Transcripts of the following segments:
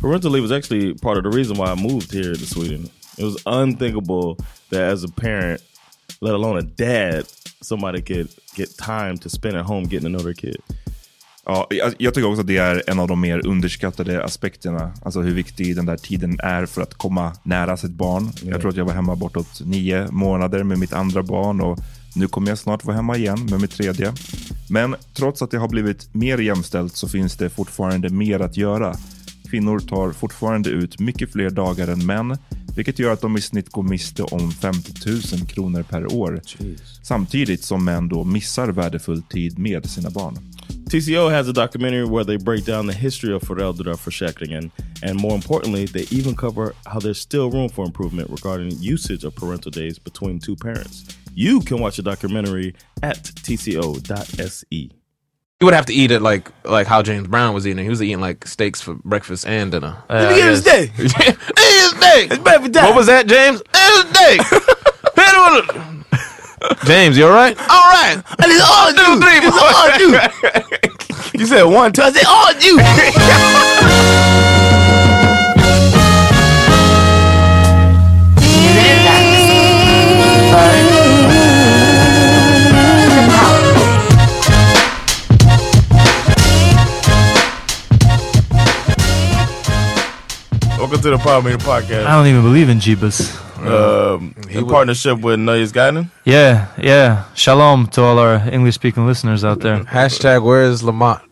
Parental leave was actually part of the reason why I moved here to Sweden. It was unthinkable that as a parent, let alone a dad, somebody could get time to spend at home getting to know their kid. Ja, jag- jag tycker också att det är en av de mer underskattade aspekterna. Alltså hur viktig den där tiden är för att komma nära sitt barn. Jag tror att jag var hemma bortåt nio månader med mitt andra barn och nu kommer jag snart vara hemma igen med mitt tredje. Men trots att det har blivit mer jämställt så finns det fortfarande mer att göra. Kvinnor tar fortfarande ut mycket fler dagar än män, vilket gör att de i snitt går miste om 50 000 kronor per år. Samtidigt som män då missar värdefull tid med sina barn. TCO has a documentary where they break down the history of Fereldra for Shackringen, and more importantly, they even cover how there's still room for improvement regarding usage of parental days between two parents. You can watch the documentary at tco.se. You would have to eat it like like how James Brown was eating. He was eating like steaks for breakfast and dinner. Let me get his day. What was that, James? It's steak. James, you all right? All right. And it's all you. It's all you. you said one touch. It's all you. Welcome to the Power Meter Podcast. I don't even believe in Jeebus. um, in partnership with Nayes Guiding. Yeah, yeah. Shalom to all our English speaking listeners out there. Hashtag where is Lamont?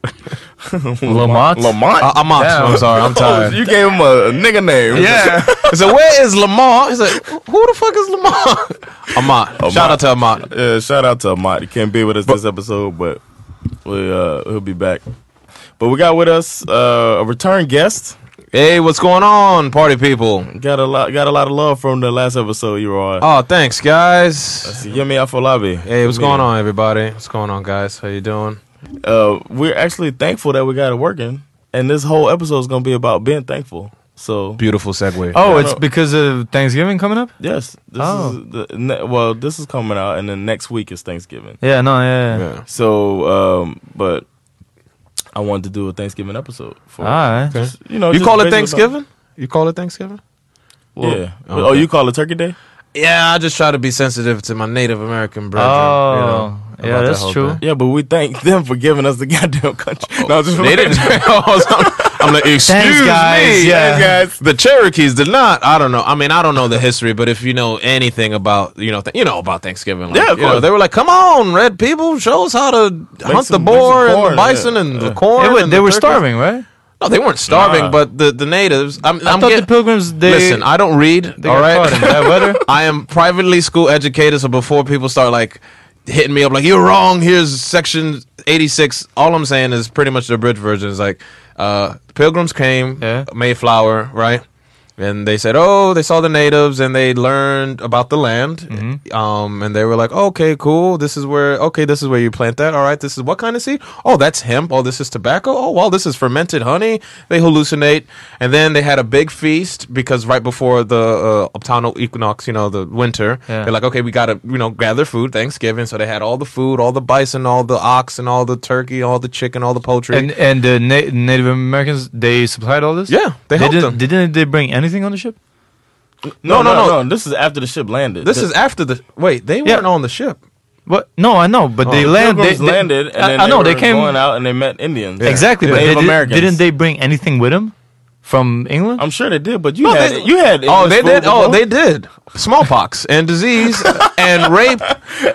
Lamont? Lamont? Oh, Uh, Amont. I'm sorry. I'm tired. you gave him a, a nigga name. Yeah. I said, where is Lamont? He said, who the fuck is Lamont? Amont. Shout out to Amont. Yeah, shout out to Amot. He can't be with us this episode, but we, uh, he'll be back. But we got with us uh, a return guest. Hey, what's going on, party people? Got a lot got a lot of love from the last episode you were on. Oh, thanks, guys. It's Yemi Afolabi. Hey, what's going on, everybody? What's going on, guys? How you doing? Uh, we're actually thankful that we got it working. And this whole episode is going to be about being thankful. So, Beautiful segue. Oh, it's because of Thanksgiving coming up? yes. This Oh. is the, ne- well, this is coming out, and then next week is Thanksgiving. Yeah, no, yeah. yeah. Yeah. So, um, but I wanted to do a Thanksgiving episode. For, Alright. You know, You just call it basically- Thanksgiving? You call it Thanksgiving? yeah. Oh, you call it Turkey Day? Yeah, I just try to be sensitive to my Native American brethren. you Oh, know, about yeah, that that's whole true. thing. Oh, Yeah, but we thank them for giving us the goddamn country. No, just They didn't. Oh, so- I'm like, excuse guys, me, yeah. guys. The Cherokees did not. I don't know. I mean, I don't know the history, but if you know anything about, you know, th- you know about Thanksgiving, like, Yeah, of you know, course. they were like, come on, red people, show us how to hunt some- the make some boar and corn, the bison yeah. and Yeah. the corn. They were, and they the were turkeys." starving, right? No, they weren't starving, Nah. but the the natives. I'm, I I'm thought get- the pilgrims. They Listen, I don't read. they all got right, caught in bad weather. I am privately school educated, so before people start like hitting me up, like you're wrong. Here's section eighty six. All I'm saying is pretty much the bridge version is like uh, pilgrims came Yeah. Mayflower, right? And they said, oh, they saw the natives and they learned about the land. Mm-hmm. Um, and they were like, okay, cool. This is where, okay, this is where you plant that. All right, this is what kind of seed? Oh, that's hemp. Oh, this is tobacco. Oh, wow, this is fermented honey. They hallucinate. And then they had a big feast because right before the uh, autumnal equinox, you know, the winter, Yeah. they're like, okay, we got to, you know, gather food, Thanksgiving. So they had all the food, all the bison, all the ox, and all the turkey, all the chicken, all the poultry. and and the Na- Native Americans they supplied all this. Yeah, they helped didn't, them. Didn't they bring anything on the ship? No, no, no, no, no. This is after the ship landed. this The- is after the, wait, they Yeah. weren't on the ship. What? No, I know, Oh, but they the land- Pilgrims they- they- landed, and I, then I know were they came going out and they met Indians. exactly, but Native they did, Americans. didn't they bring anything with them from England? I'm sure they did, but you No, had they- you had Oh, English they food did. Oh, before? they did. Smallpox and disease and rape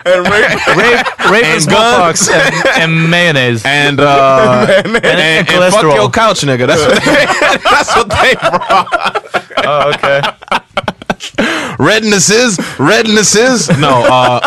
and rape rape, rape and smallpox and, and mayonnaise. and uh, and, and and fuck cholesterol. your couch, nigga. That's what they, that's what they brought. oh, okay. Rednesses, rednesses. No, uh,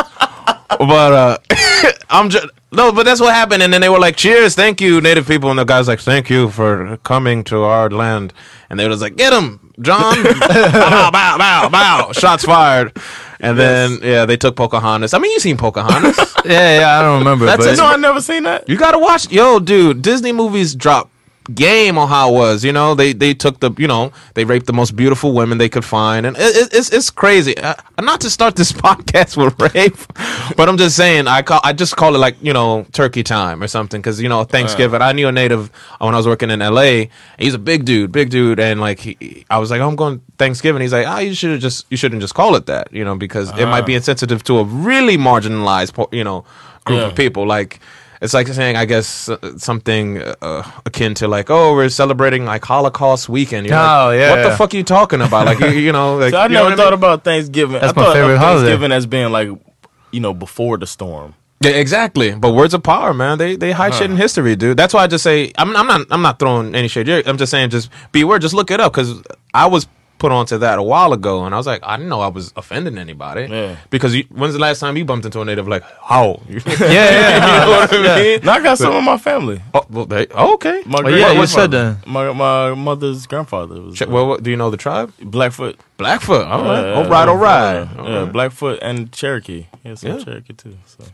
but uh, I'm just no. But that's what happened, and then they were like, "Cheers, thank you, native people." And the guy's like, "Thank you for coming to our land." And they was like, "Get him, John!" bow, bow, bow, bow. Shots fired. And then yeah, they took Pocahontas. I mean, you seen Pocahontas? Yeah, yeah, I don't remember. That's but a- no, I never seen that. You gotta watch, yo, dude. Disney movies drop game on how it was. You know, they they took the, you know, they raped the most beautiful women they could find, and it, it, it's it's crazy. Uh, not to start this podcast with rape, but I'm just saying, I call I just call it like you know turkey time or something because you know Thanksgiving. I knew a native when I was working in L.A. He's a big dude, big dude, and like he, I was like, "Oh, I'm going Thanksgiving. He's like, ah, you should just you shouldn't just call it that, you know, because it might be insensitive to a really marginalized, po- you know, group of people like it's like saying i guess uh, something uh, akin to like oh we're celebrating like holocaust weekend You're like, Oh, yeah, what the yeah. fuck you talking about like you, you know like So I you know never what thought mean? about Thanksgiving. That's I my thought favorite of holiday. Thanksgiving as being like, you know, before the storm. Yeah, exactly. But words of power, man. They they hide shit in history, dude. That's why I just say I'm, I'm not I'm not throwing any shade. You're- I'm just saying just beware. Just look it up because I was put onto that a while ago, and I was like, I didn't know I was offending anybody. Yeah. Because you, when's the last time you bumped into a native like how? yeah, yeah, you know what I mean. Now I got some of my family. Oh, well, they, okay. My Well, yeah, great- you said that. My my mother's grandfather was Ch- uh, well, what, do you know the tribe? Blackfoot. Blackfoot. All right. Uh, all right. All right. Yeah, All yeah, right. Blackfoot and Cherokee. Yeah, some Yeah. Cherokee too. So.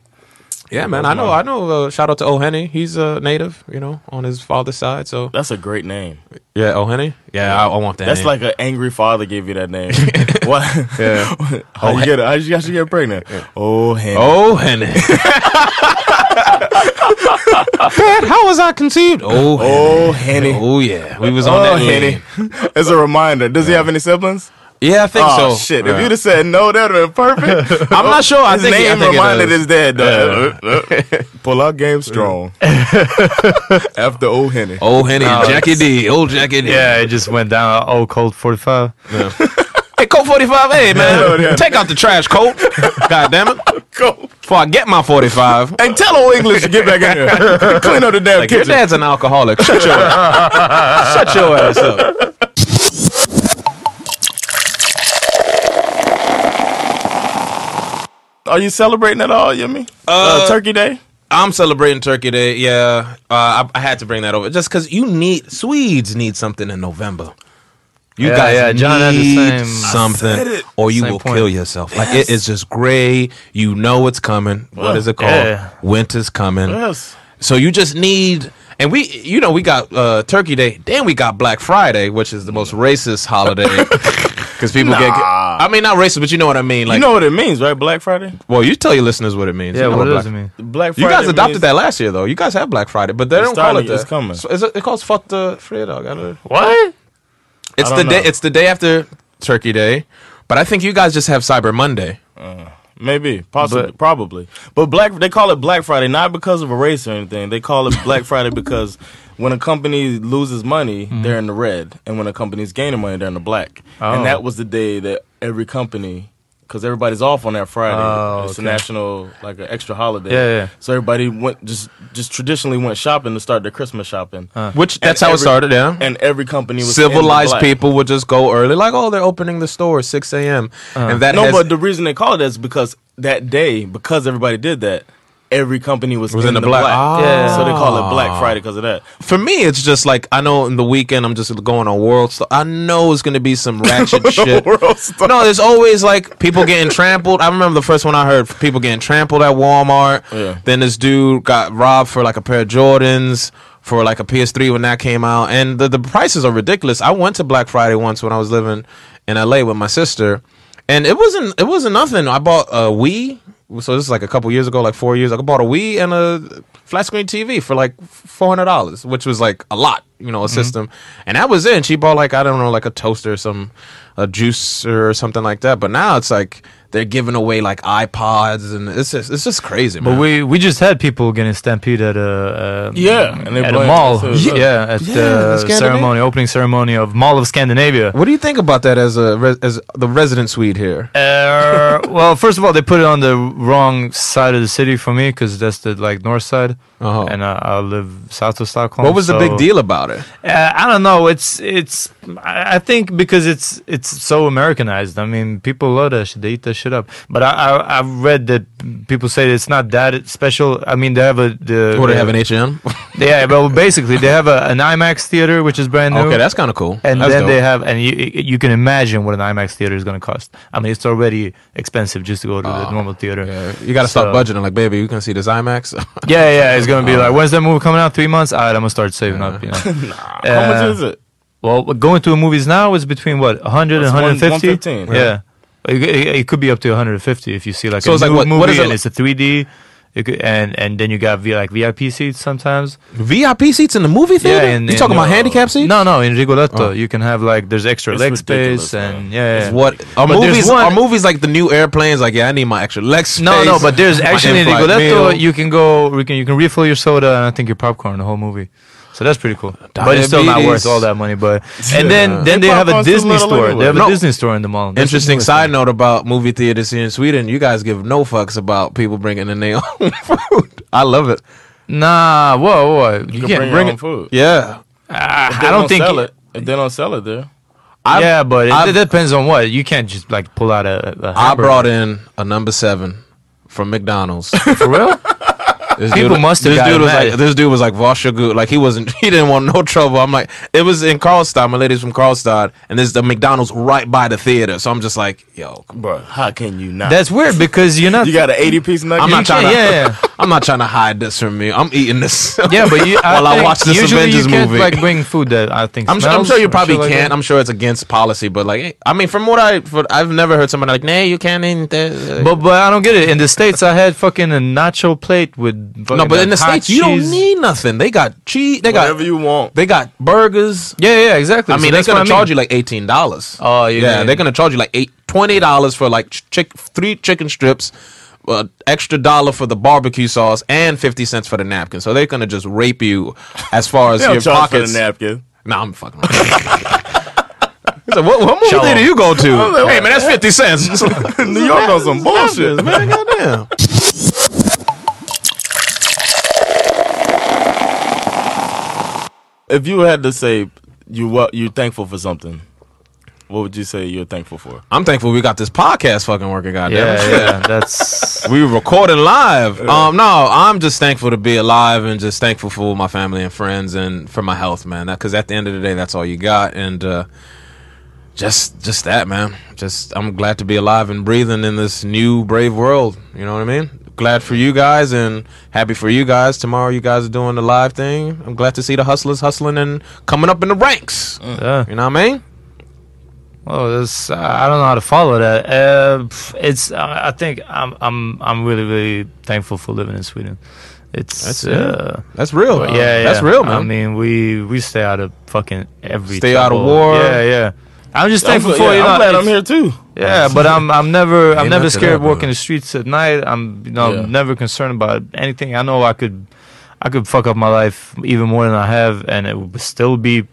Yeah, man. I know. I know. Uh, shout out to O'Henny. He's a native, you know, on his father's side. So That's a great name. yeah, O'Henny. Yeah, I, I want that. That's name. like an angry father gave you that name. what? Yeah. Oh, how you get? How you actually get pregnant? Oh, Henry. O'Henny. Dad, how was I conceived? Oh, Oh, Henny. Oh yeah, we was on Oh, that Henny. Henny. As a reminder, does he have any siblings? Yeah, I think Oh so. shit! Yeah. If you'd have said no, that would have been perfect. I'm not sure. I His think name I think reminded it is. his dad though. Uh, Pull out game strong. After old Henny. Oh, Henny, Jackie D, old Jackie D. yeah, it just went down. Oh, cold forty-five. Hey, Colt 45, hey Yeah, man, yeah. take out the trash, Colt. God damn it. Go. Before I get my 45, And tell old English to get back in here. Clean up the damn Like, your kitchen. dad's an alcoholic. Shut your ass. Shut your ass up. Are you celebrating at all, Yumi? Uh, Turkey Day. I'm celebrating Turkey Day. Yeah, uh, I, I had to bring that over just because you need Swedes need something in November. You Yeah, guys yeah, John had the need same- something, or you Same will point. kill yourself. Like it is just gray. You know it's coming. what is it called? yeah. Winter's coming. Yes. So you just need, and we, you know, we got uh, Turkey Day, then we got Black Friday, which is the most racist holiday because people get. Nah. I mean, not racist, but you know what I mean. Like, you know what it means, right? Black Friday. well, you tell your listeners what it means. Yeah, You know what Black- does it mean? Black You Friday. guys adopted means- that last year, though. You guys have Black Friday, but they It's don't call it starting, that. it's coming. So is it, it calls fuck the Fredag. I don't- What? It's I the don't day. know. It's the day after Turkey Day, but I think you guys just have Cyber Monday. Maybe, possibly, probably. But Black they call it Black Friday not because of a race or anything. They call it Black Friday because when a company loses money, Mm-hmm. they're in the red, and when a company's gaining money, they're in the black. Oh. And that was the day that every company, because everybody's off on that Friday, Oh, it's a okay. national like an extra holiday. Yeah, yeah. So everybody went just just traditionally went shopping to start their Christmas shopping. Which Uh. that's And how it every- started, yeah. And every company was in the Civilized black. people would just go early, like, oh, they're opening the store at six a.m. and that No, has- but the reason they call it that is because that day, because everybody did that, every company was, Was in the black. Yeah. So they call it Black Friday because of that. for me, it's just like I know in the weekend I'm just going on world stuff. I know it's gonna be some ratchet shit. No, there's always like people getting trampled. I remember the first one I heard people getting trampled at Walmart. Yeah. Then this dude got robbed for like a pair of Jordans for like a PS3 when that came out, and the the prices are ridiculous. I went to Black Friday once when I was living in LA with my sister, and it wasn't it wasn't nothing. I bought a Wii. So this is like a couple years ago, like four years. ago. I bought a Wii and a flat screen TV for like four hundred dollars, which was like a lot, you know, a Mm-hmm. system. And that was it. And she bought like I don't know, like a toaster or some a juicer or something like that. But now it's like they're giving away like iPods and it's just it's just crazy, man. But we we just had people getting stampeded at a, a Yeah, and they at a blamed mall us as yeah, well. at Mm. Yeah, the Scandinavia. ceremony opening ceremony of Mall of Scandinavia. what do you think about that as a res- as the resident Swede here? Uh, well, first of all, they put it on the wrong side of the city for me because that's the like north side, Uh-huh. and I, I live south of Stockholm. What was the big so- deal about it? Uh, I don't know. It's it's. I I think because it's it's so Americanized. I mean, people love that shit. They eat that shit up. But I I, I read that people say it's not that special. I mean, they have a the Or they have an HM? yeah. Well, basically, they have a, an IMAX theater which is brand new. okay, that's kind of cool. And That's then dope. they have, and you you can imagine what an IMAX theater is going to cost. I mean, it's already expensive just to go to the normal theater. Ah. Yeah, you got to stop So- budgeting. Like, baby, you can see this IMAX. Uh, Yeah, yeah, it's gonna be like, when's that movie coming out? Three months. All right, I'm gonna start saving up. You know, How Uh, much is it? well, going to the movies now is between what 100 and It's one- 150. 115, right. Yeah, it, it- it could be up to 150 if you see like So a it's like new what- movie what is it and li- it's a 3D. It could, and and then you got V, like VIP seats sometimes. VIP seats in the movie theater? and- you and, talking about uh, handicap seats? Oh. No, no, in Rigoletto you can have like there's extra leg space ridiculous, man. and yeah, yeah. Oh, It's What are But there's movies? one- Oh, Are movies like the new airplanes? Like, yeah, I need my extra leg space. No, no, but there's my actually in in-flight Rigoletto, meal. you can go, you can, you can refill your soda and I think your popcorn the whole movie. So that's pretty cool. But it's still not Diabetes. worth all that money. But and then then they have a popcorn's too Disney little store. They anyway. have a No. Disney store in the mall. That's the Interesting newest side thing. note about movie theaters here in Sweden. You guys give no fucks about people bringing in their own food. I love it. Nah, whoa, whoa, you, can't can bring bring, your own it. food. Yeah, I, If I they don't think. sell it. If they don't sell it there. I've- yeah, but it, I've- it depends on what you can't just like pull out a. a I hamburger. brought in a number seven from McDonald's. for real. This People dude, must have This dude gotten was mad. like, this dude was like, Vashagu. Like he wasn't, he didn't want no trouble. I'm like, it was in Karlstad. My lady's from Karlstad, and there's the McDonald's right by the theater. So I'm just like, yo, Bro, how can you not? That's weird because you're not. you got an 80 piece nugget? I'm not You can't- trying to. yeah, yeah. I'm not trying to hide this from you. I'm eating this. yeah, but you, while I think watch this usually Avengers you can't, movie. like bring food that I think. I'm, su- I'm smells sure you or probably shit like can't. that. I'm sure it's against policy, but like, eh, I mean, from what I, for, I've never heard somebody like, "Nah, you can't eat that." But but I don't get it. In the states, I had fucking a nacho plate with fucking no, but in the hot states, you don't cheese. need nothing. They got cheese. They got Whatever you want. They got burgers. Yeah, yeah, exactly. I mean, so they're that's what gonna I mean. charge you like eighteen dollars. Oh, you yeah, mean- they're gonna charge you like eight twenty dollars for like ch- chick three chicken strips, uh, extra dollar for the barbecue sauce, and fifty cents for the napkin. So they're gonna just rape you as far as They don't your charge for pockets. the napkin. Nah, I'm fucking. around. He's like, what, what movie theater you go to? like, hey man, that's fifty cents. New York on some bullshit. man, goddamn. If you had to say you what you're thankful for something, what would you say you're thankful for? I'm thankful we got this podcast fucking working. Goddamn. Yeah, yeah, that's. we were recording live. Um, no, I'm just thankful to be alive and just thankful for my family and friends and for my health, man. Because at the end of the day, that's all you got, and uh, just just that, man. Just I'm glad to be alive and breathing in this new brave world. You know what I mean? Glad for you guys and happy for you guys. Tomorrow, you guys are doing the live thing. I'm glad to see the hustlers hustling and coming up in the ranks. Yeah. You know what I mean? Well, that's, I don't know how to follow that. Uh, pff, it's. I I think I'm. I'm. I'm really, really thankful for living in Sweden. It's. That's it. uh, That's real. yeah, yeah. That's real, man. I mean, we we stay out of fucking every. Stay out of trouble. war. Yeah, yeah. I'm just thankful I'm, for yeah, you. know, I'm glad I'm it's- here too. Yeah, but I'm I'm never I'm Ain't never nothing scared happening. walking the streets at night. I'm you know Yeah. never concerned about anything. I know I could I could fuck up my life even more than I have, and it would still be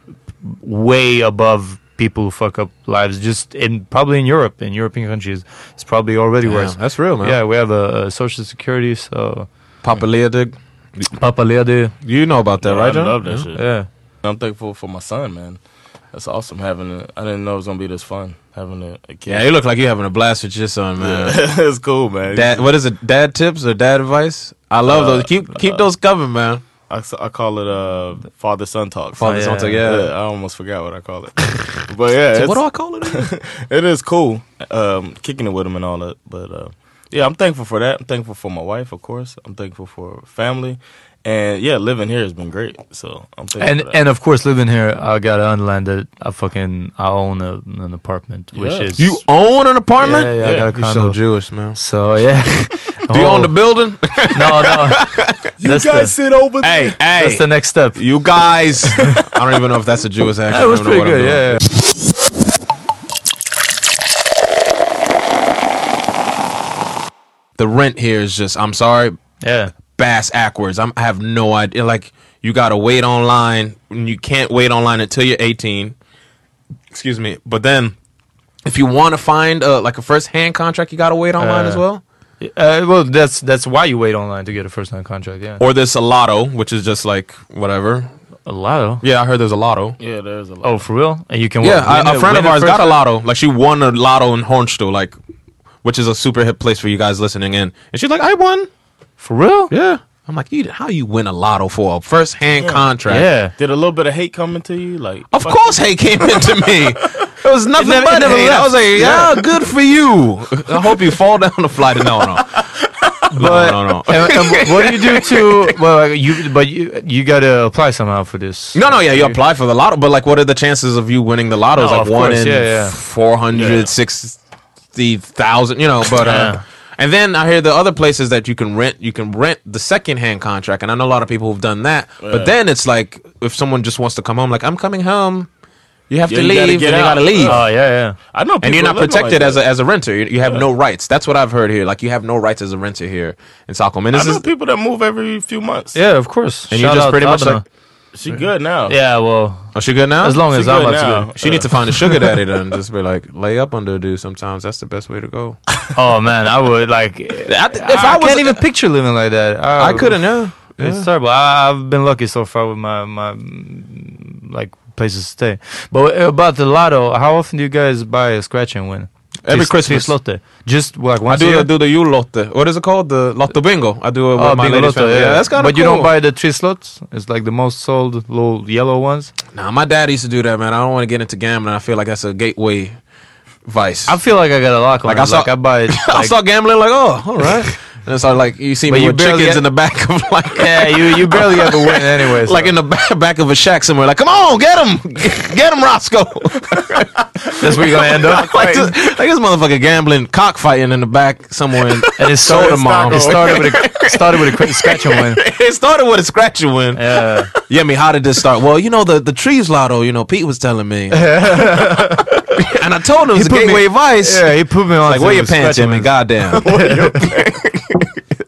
way above people who fuck up lives. Just in probably in Europe, in European countries, it's probably already Yeah, worse. that's real, man. Yeah, we have a, a social security, so Papa Leodig. Papa Lede. You know about that, Yeah, right? I John? love that Yeah. shit. Yeah. I'm thankful for my son, man. That's awesome having. A, I didn't know it was gonna be this fun having a, a kid. Yeah, you look like you're having a blast with your son, man. it's cool, man. Dad, what is it? Dad tips or dad advice? I Uh, love those. Keep keep those coming, man. I, s- I call it uh father son talk. Father son talk, yeah. I almost forgot what I call it. but yeah, what it's- do I call it? again? it is cool um, kicking it with him and all that. But uh, yeah, I'm thankful for that. I'm thankful for my wife, of course. I'm thankful for family, and yeah, living here has been great. So I'm thankful. And for that. and of course, living here, I gotta underline that I fucking I own a, an apartment, which Yeah. is you own an apartment? Yeah, yeah, I got a You're condo. so Jewish, man. So yeah. Do you own the building? No, no. that's, the, sit over hey, hey. that's the next step. you guys. I don't even know if that's a Jewish accent. That was I don't know pretty what I'm good. doing. Yeah, yeah. The rent here is just. I'm sorry, yeah. bass backwards. I'm, I have no idea. Like you gotta wait online. and You can't wait online until you're 18. Excuse me. But then, if you want to find uh, like a first hand contract, you gotta wait online Uh, as well. Uh, well, that's that's why you wait online to get a first time contract. Yeah, Or there's a lotto, which is just like whatever. a lotto. Yeah, I heard there's a lotto. Yeah, there's a lot. Oh, for real? And you can Yeah, win- I- win a friend of win ours first got a time? lotto. Like she won a lotto in Hornstool, like which is a super hip place for you guys listening in. And she's like, I won. for real. Yeah. I'm like, you, how you win a lotto for a first hand contract? Yeah. Did a little bit of hate come into you? Like, Of course, hate came into me. It was nothing never- but it never hate. I left. was like, yeah, good for you. I hope you fall down the flight. No, no, But no, no, no. and- and what do you do to? Well, you but you you gotta apply somehow for this. No, no, yeah, you apply for the lotto, but like, what are the chances of you winning the lotto? It's No, like of one course, in yeah, yeah. four hundred sixty thousand, you know. But uh, and then I hear the other places that you can rent, you can rent the second hand contract, and I know a lot of people who've done that. But then it's like if someone just wants to come home, like I'm coming home, you have Yeah, to you gotta leave, get and you out. gotta leave. Oh yeah, yeah. I know, people and you're not living like protected that. as a as a renter. You, you have no rights. That's what I've heard here. Like you have no rights as a renter here in Stockholm. And I this know is people that move every few months. Yeah, of course. and you Shout just out pretty much Abner. like, she good now. yeah. Well, oh, she good now? as long She as good I'm now. good. she needs to find a sugar daddy then. Just be like lay up under a dude. Sometimes that's the best way to go. Oh man, I would like. if I, I, can't even picture living like that. I, I couldn't. Yeah. It's Yeah. terrible. I, I've been lucky so far with my my mm, like places to stay. But about the lotto, how often do you guys buy a scratch and win? Every Tis- Christmas. Tislotte. Just like I once a do year. I do the you lotte. What is it called? The lotto bingo. I do it with Oh, my Bingo lady's Lotto, family. Yeah, that's kind of But you don't buy the three slots. It's like the most sold little yellow ones. Nah, my dad used to do that, man. I don't want to get into gambling. I feel like that's a gateway vice. I feel like I got a lock on. Like, it. I saw- like I buy it. I like- start gambling like, oh, all right. and so like you see But me you with barely chickens get- in the back of like yeah, you you barely ever win anyway. like in the back, back of a shack somewhere. Like, come on, get him, get him, Roscoe. that's where you're gonna end up. like, this, like this motherfucker gambling, cockfighting in the back somewhere. In, and it started, Soda Mom. it started with a started with a quick scratch and win. it started with a scratch and win. Yeah. Yeah, I mean, how did this start? Well, you know the the trees lotto. You know, Pete was telling me, and I told him it's a put me- gateway vice. Yeah, he put me on. Like, to wear your scratch pants, and Jimmy. win. Goddamn.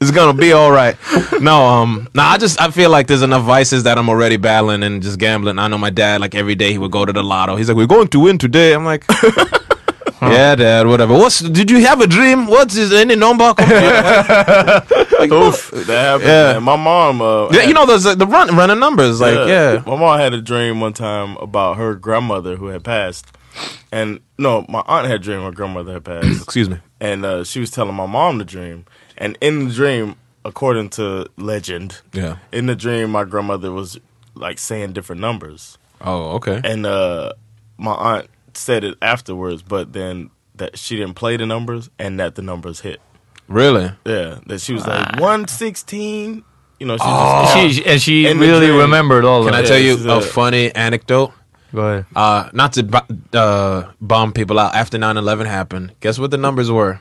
it's gonna be all right. No, um, no, I just I feel like there's enough vices that I'm already battling and just gambling. I know my dad, like every day he would go to the lotto. He's like, "We're going to win today." I'm like. Yeah, Dad. Whatever. What's? Did you have a dream? What is any number? Come here." like, Oof, that happened. Yeah. man. My mom, uh, yeah, had- you know those uh, the run running numbers. Like, yeah. My mom had a dream one time about her grandmother who had passed. And no, my aunt had a dream her grandmother had passed. Excuse me. and uh, she was telling my mom the dream. And in the dream, according to legend, Yeah. in the dream, my grandmother was like saying different numbers, Oh, okay. and uh, my aunt said it afterwards, but then that she didn't play the numbers and that the numbers hit. Really? Yeah, that she was like one sixteen. You know, she was She, she- and Oh, she In the really dream. remembered all Can of I it. tell you this is a a- funny anecdote? Go ahead. Uh, not to bu- uh, bomb people out after 9-11 happened. Guess what the numbers were?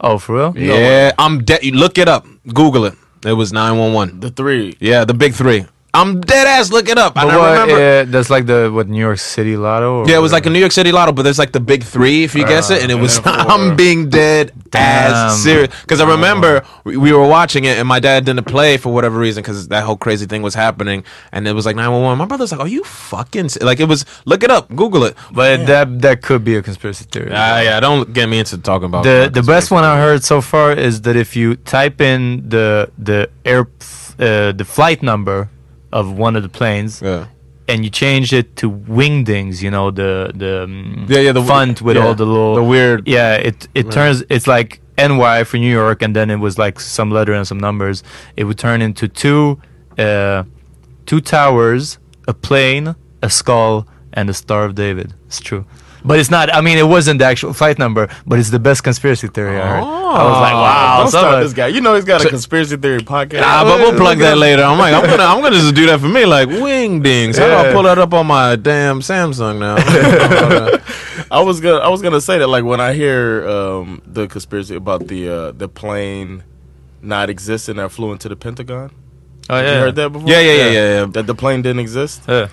Oh, for real? yeah, I'm dead. Look it up. Google it. It was 911. the three. Yeah, the big three. I'm dead ass. Look it up. But And I what, remember. uh, that's like the what New York City lotto. Or Yeah, it was like a New York City lotto, but there's like the big three if you guess it, and it was I'm being dead Damn. ass serious because I remember we, we were watching it, and my dad didn't play for whatever reason because that whole crazy thing was happening, and it was like 911. My brother's like, "Are you fucking s-" like it was? Look it up, Google it." But that that could be a conspiracy theory. Ah, yeah, don't get me into talking about the the fucking best space. one I heard so far is that if you type in the the air uh, the flight number of one of the planes Yeah. and you change it to wingdings, you know the the um, Yeah, yeah, the w- font with yeah, all the little the weird- yeah it it turns it's like NY for New York and then it was like some letter and some numbers it would turn into two uh, two towers a plane a skull and a Star of David it's true. But it's not. I mean, it wasn't the actual flight number, but it's the best conspiracy theory I heard. I was like, Oh, wow, Oh, Don't start someone- this guy. You know he's got a conspiracy theory podcast. Nah, but we'll plug that later. I'm like, I'm gonna, I'm gonna just do that for me, like wing dings. How do I pull that up on my damn Samsung now? I was gonna I was gonna say that like when I hear um, the conspiracy about the uh, the plane not existing that flew into the Pentagon. Oh, You heard that before? Yeah, yeah, yeah, yeah, yeah. That the plane didn't exist. Yeah.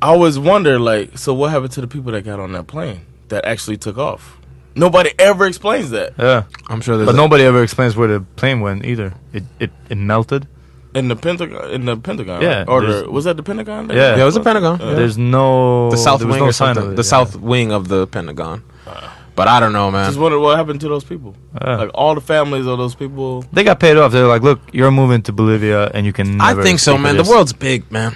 I always wonder like, so what happened to the people that got on that plane that actually took off? Nobody ever explains that. Yeah. I'm sure there's But nobody ever explains where the plane went either. It it, it melted. In the Pentagon in the Pentagon. Yeah, right? Or there's- the, was that the Pentagon? that- Yeah. Yeah, it was the Pentagon. Yeah. There's no the South there was Wing no or sign of something. it, the yeah. South Wing of the Pentagon. But I don't know, I man. just wonder what happened to those people. Yeah. Like all the families of those people. They got paid off. They're like, look, you're moving to Bolivia and you can. I never think so, speak of man. The this." world's big, man.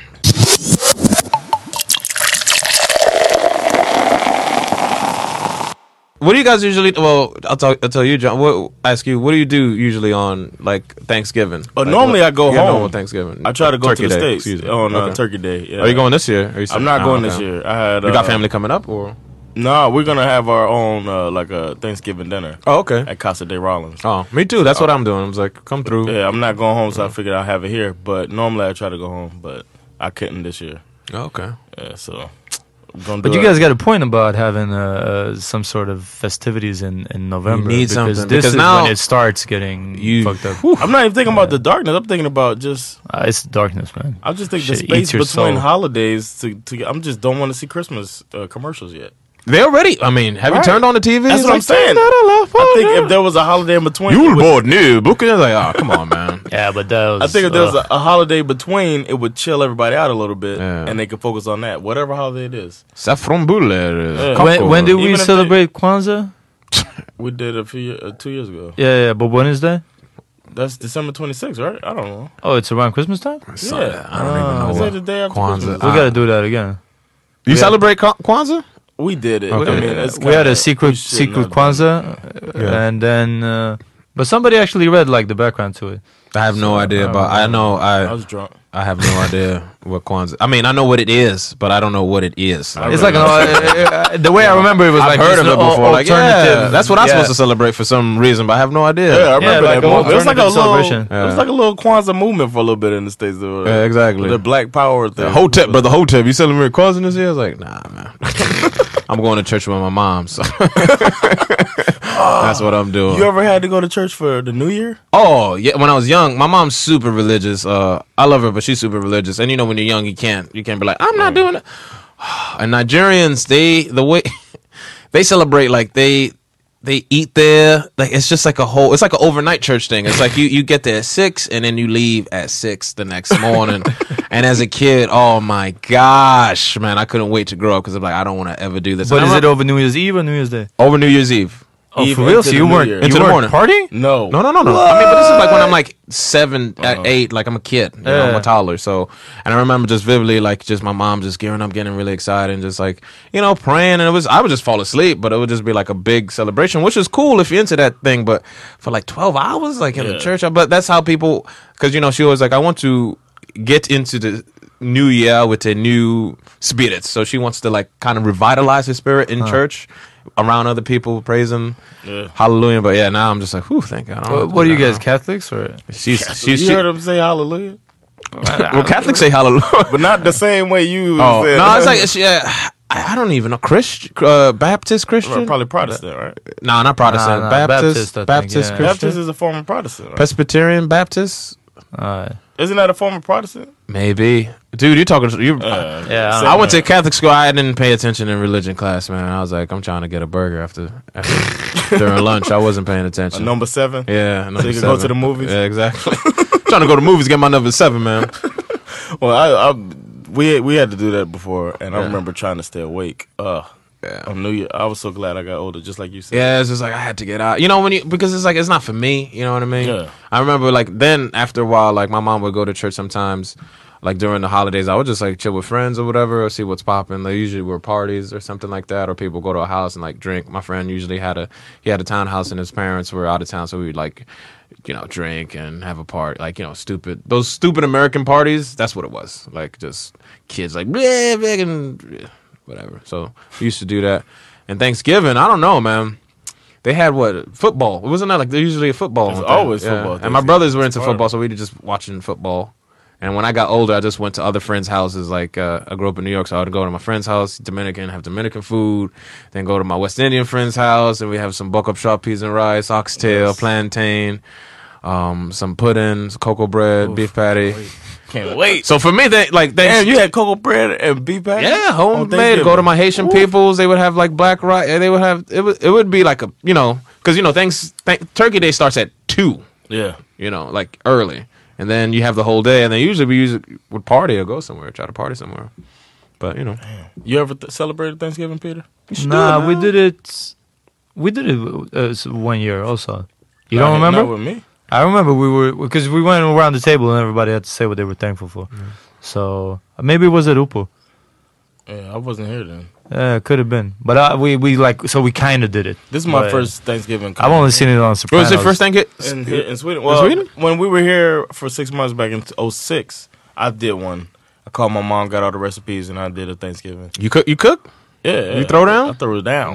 What do you guys usually? Well, I'll tell I'll tell you, John. What, ask you, what do you do usually on like Thanksgiving? But Like, Uh, normally what- I go yeah, home. normal Thanksgiving. I try to go to Turkey the Day, excuse States me. on uh, Okay. Turkey Day. Yeah. Are you going this year? Are you I'm not oh, going okay. this year. I had You got uh, family coming up, or No, we're gonna have our own uh, like a Thanksgiving dinner oh, okay. at Casa de Rollins. Oh, me too. That's what I'm doing. I was like, come through. Yeah, I'm not going home, so I figured I'll have it here. But normally I try to go home, but I couldn't this year. Oh, okay. Yeah, so I'm gonna do But you it. guys got a point about having uh, uh, some sort of festivities in, in November. need because something, This is because now- when it starts getting You- fucked up. I'm not even thinking about the darkness. I'm thinking about just. Uh, it's darkness, man. I just think Shit, the eat space your between soul. holidays. To, to I'm just don't want to see Christmas uh, commercials yet. They already. I mean, have Right. you turned on the TV? That's It's what I'm like, saying. "Da, da, da, I think da." if there was a holiday in between, it Yule would- board new book. It's like, oh, come on, man. Yeah, but that was. I think if there was uh, a, a holiday between, it would chill everybody out a little bit, Yeah. and they could focus on that. Whatever holiday it is, Saffron Buller. Yeah. when, when did Even we if they- celebrate Kwanzaa? we did a few year- uh, two years ago. Yeah, yeah, but when is that? That's December 26th, right? I don't know. Oh, it's around Christmas time? Yeah. I don't even know Is that what the day after Kwanzaa. Christmas? We gotta do that again. You celebrate Kwa- Kwanzaa? We did it. Okay. I mean, it's we had kinda- we a secret should not do it. secret Kwanzaa, uh, and then uh, but somebody actually read like the background to it. I have no idea, but I know I I was drunk. I have no idea what Kwanzaa. I mean, I know what it is, but I don't know what it is. Like, It's like an, uh, uh, the way I remember it was I've like heard it's of an it al- before. Like, yeah, alternative- that's what I'm yeah. supposed to celebrate for some reason, but I have no idea. Yeah, I Yeah, remember like that. a movement. It was like a alternative little, celebration. it was like a little Kwanzaa movement for a little bit in the states. though. Yeah, exactly. The Black Power thing. The Hotep, brother Hotep, you celebrate Kwanzaa this year? I was like, nah, man. I'm going to church with my mom, so that's what I'm doing. You ever had to go to church for the New Year? Oh yeah, when I was young, my mom's super religious. Uh, I love her, but she's super religious. And you know, when you're young, you can't you can't be like, I'm not doing it. And Nigerians, they the way they celebrate, like they they eat there, like it's just like a whole. It's like an overnight church thing. It's like you you get there at six, and then you leave at six the next morning. and as a kid, oh my gosh, man, I couldn't wait to grow up because I'm like, I don't want to ever do this. But And is I'm it over New Year's Eve or New Year's Day? over New Year's Eve? Oh, Eve for real? into So the you New weren't Year. you Into the weren't morning. partying? No. No, no, no, no. I mean, but this is like when I'm like seven, at eight, like I'm a kid. You know, I'm Oh. Yeah. a toddler. So, and I remember just vividly, like, just my mom just gearing up, getting really excited, and just like, you know, praying. And it was, I would just fall asleep, but it would just be like a big celebration, which is cool if you're into that thing. But for like 12 hours, like in the Yeah. church, but that's how people, because, you know, she was like, I want to get into the new year with a new spirit. So she wants to, like, kind of revitalize her spirit in church. Around other people, praise him, hallelujah. But yeah, now I'm just like, whew, thank God. I don't Wha- have to What are do you that. guys Catholics or? She's, she's, You she- heard him say hallelujah? well, Catholics say hallelujah. But not the same way you oh, said. no, it's like it's, yeah. I I don't even know Christian, uh, Baptist Christian. Probably Protestant, right? nah, not Protestant. Nah, nah, Baptist, Baptist, I Baptist, think, yeah. Christian, Baptist is a form of Protestant. Right? Presbyterian, Baptist. Uh, Isn't that a former Protestant? Maybe, dude, you're talking. You, Uh, Yeah. Uh, I went to Catholic school. I didn't pay attention in religion class, man. I was like, I'm trying to get a burger after, after during lunch. I wasn't paying attention. Number seven. yeah, number Uh, you could go seven. to the movies? Yeah, exactly. trying to go to movies, get my number seven, man. Well, I, I we we had to do that before, and I Yeah. remember trying to stay awake. Uh, Yeah. I knew you. I was so glad I got older, just like you said. Yeah, it's just like I had to get out. You know when you because it's like it's not for me. You know what I mean? Yeah. I remember like then after a while, like my mom would go to church sometimes. Like during the holidays, I would just like chill with friends or whatever, or see what's popping. They usually were parties or something like that, or people go to a house and like drink. My friend usually had a he had a townhouse and his parents were out of town, so we would like you know drink and have a party, like you know stupid those stupid American parties. That's what it was, like just kids like bleh, bleh, and whatever. So we used to do that. And Thanksgiving, I don't know, man. They had what football? Wasn't that like they're usually a football? It's on always Thurs- yeah. football And my Thursday. brothers were into It's part of football, so we were just watching football. And when I got older, I just went to other friends' houses. Like uh, I grew up in New York, so I would go to my friend's house, Dominican, have Dominican food, then go to my West Indian friend's house, and we have some buck up shop peas and rice, oxtail, plantain, um, some pudding, some cocoa bread, beef patty. Can't wait. So for me, they like thanks, Damn, you had cocoa bread and beef patty. yeah, on homemade. Thanksgiving? Go to my Haitian Ooh. peoples. They would have like black rice. They would have it. Would, it would be like a you know because you know thanks thank, Turkey Day starts at two. Yeah, You know, like early, and then you have the whole day. And then usually we usually would party or go somewhere, try to party somewhere. But you know, you ever th- celebrated Thanksgiving, Peter? Nah, we did it. We did it uh, s- one year also. You don't Not- remember? Not with me. I remember we were because we went around the table and everybody had to say what they were thankful for. So uh, maybe it was at Upo. Yeah, I wasn't here then. Uh, could have been, but I, we we like so we kind of did it. This is my But first Thanksgiving. I've only seen it on what Sopranos. was it first thing? in, here- in Sweden. Well, Sweden? when we were here for six months back in 06, I did one. I called my mom, got all the recipes, and I did a Thanksgiving. You cook? You cook? Yeah, You throw down? I threw it down.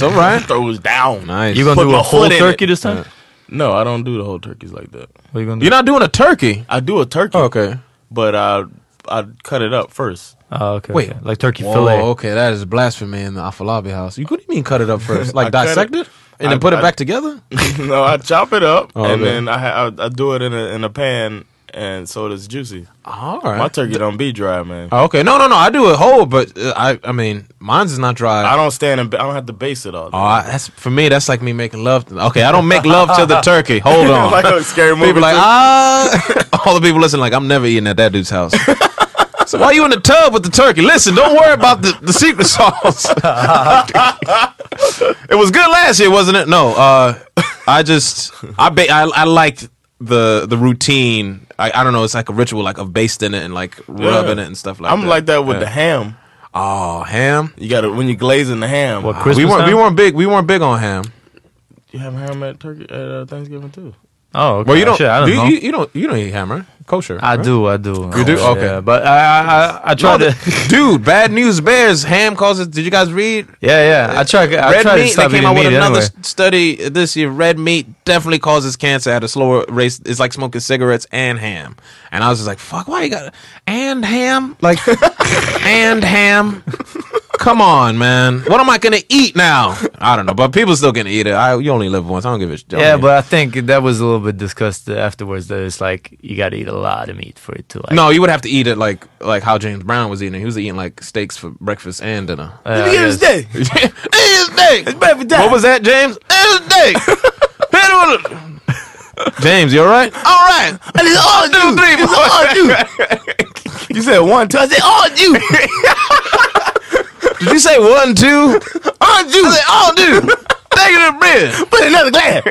All I right. throw it down. Nice. You gonna Put do my a whole foot in turkey it. this time? No, I don't do the whole turkeys like that. What Oh, you gonna do? You're not doing a turkey. Oh, I do a turkey, Okay. but I I cut it up first. oh, okay, Wait. okay. like turkey fillet. Whoa, okay, that is blasphemy in the Afalabi house. You could even cut it up first, I like cut it- dissect it, and I- then put it I- back together. no, I chop it up, Oh, and okay. then I, ha- I I do it in a in a pan, and so it's juicy. All right. My turkey don't be dry, man. Oh, okay, no, no, no. I do it whole, but uh, I, I mean, mine's is not dry. I don't stand and ba- I don't have to base it all. Oh, I, that's for me. That's like me making love. To, okay, I don't make love to the turkey. Hold on. like a scary movie. people like too. ah. All the people listen like I'm never eating at that dude's house. So why you in the tub with the turkey? Listen, don't worry about the, the secret sauce. it was good last year, wasn't it? No, uh, I just I ba- I, I liked the the routine. I, I don't know. It's like a ritual, like of basting it and like rubbing Yeah. it and stuff like I'm that. like that with Yeah. the ham. oh ham. You got to when you're glazing the ham. What Christmas Ah. we weren't time? we weren't big we weren't big on ham. You have ham at turkey at uh, Thanksgiving too. Oh, okay. Well, you don't. Shit, I don't do you, know. You, you don't. You don't eat ham, right? Kosher. I right? do, I do. You do? Yeah, Okay. but I I I, I No, tried to. dude, bad news bears. Ham causes. Did you guys read? Yeah, yeah. I try. I red try to meat. They stop came eating out with meat another anyway. s- study this year. Red meat definitely causes cancer at a slower rate. It's like smoking cigarettes and ham. And I was just like, fuck, why you got and ham? Like and ham. Come on, man. What am I gonna eat now? I don't know, but people still gonna eat it. I you only live once. I don't give a shit. Yeah, but I think that was a little bit discussed afterwards. That it's like you got to eat a lot of meat for it to like. No, you would have to eat it like like how James Brown was eating. He was eating like steaks for breakfast and dinner. Yeah, I guess. day. Eat his day. What was that, James? Eat his day. Hit him with a- James, you all right? All right. And it's all you. Three, You said one touch. I said, oh, you. Did you say one, two? On you. I said, "Oh." on you. Take it to bread. put another glass.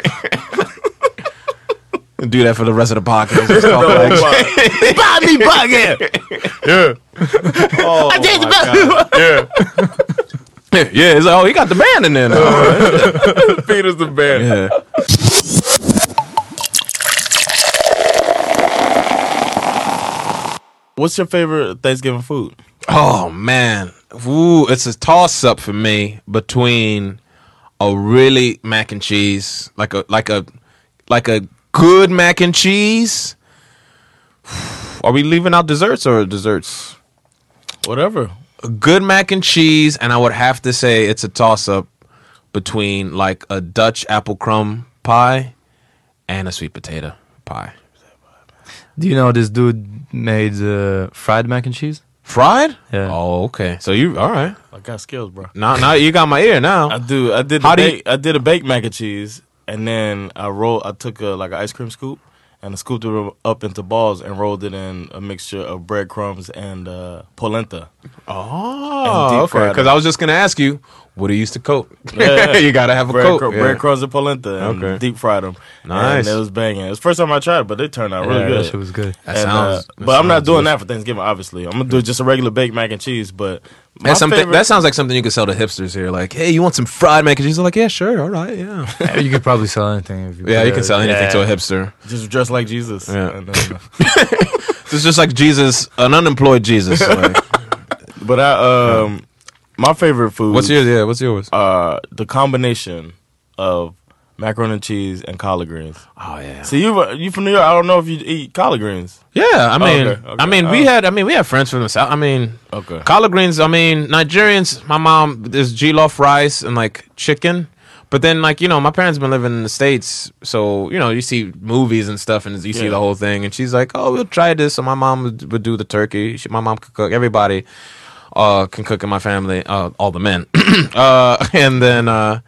Do that for the rest of the podcast. It's called Black Buy me bucket. I did the Yeah. Oh, yeah, it's like, oh, he got the band in there now. Peter's the bear. yeah. What's your favorite Thanksgiving food? Oh man, ooh, it's a toss up for me between a really mac and cheese, like a like a like a good mac and cheese. Are we leaving out desserts or desserts? Whatever. A good mac and cheese, and I would have to say it's a toss up between like a Dutch apple crumb pie and a sweet potato pie. Do you know this dude made uh, fried mac and cheese? Fried? Yeah. Oh, okay. So you all right? I got skills, bro. Now, now you got my ear I now. do. I did. How How do do you- I did a baked mac and cheese, and then I roll. I took a, like an ice cream scoop and I scooped it up into balls and rolled it in a mixture of breadcrumbs and uh, polenta. Oh, deep okay. fried Because it. I was just gonna ask you, what do you use to coat? you gotta have a Bread, coat. cr- yeah. breadcrumbs and polenta, and Okay. deep fried them. Nice. And it was banging. It was the first time I tried, it, but they turned out really yeah, good. that shit was good. That And, uh, sounds. but I'm not doing that for Thanksgiving. Obviously, I'm gonna do just a regular baked mac and cheese. But my That's something. favorite- That sounds like something you could sell to hipsters here. Like, hey, you want some fried mac and cheese? They're like, yeah, sure, all right, yeah. you could probably sell anything if you. yeah, put you can it- sell anything yeah. to a hipster. just dress like Jesus. Yeah. And, uh, It's just like Jesus, an unemployed Jesus. Like, but I, um, my favorite food. what's yours? Yeah, what's yours? Uh, the combination of macaroni and cheese and collard greens. Oh yeah. So you you from New York? I don't know if you eat collard greens. Yeah, I mean, Oh, okay, okay. I mean, we Oh. had, I mean, we had friends from the south. I mean, Okay. collard greens. I mean, Nigerians. My mom there's jollof rice and like chicken, but then like you know, my parents been living in the states, so you know, you see movies and stuff, and you see Yeah. the whole thing, and she's like, "Oh, we'll try this." So my mom would, would do the turkey. She, my mom could cook. Everybody uh, can cook in my family. Uh, all the men, uh, and then. uh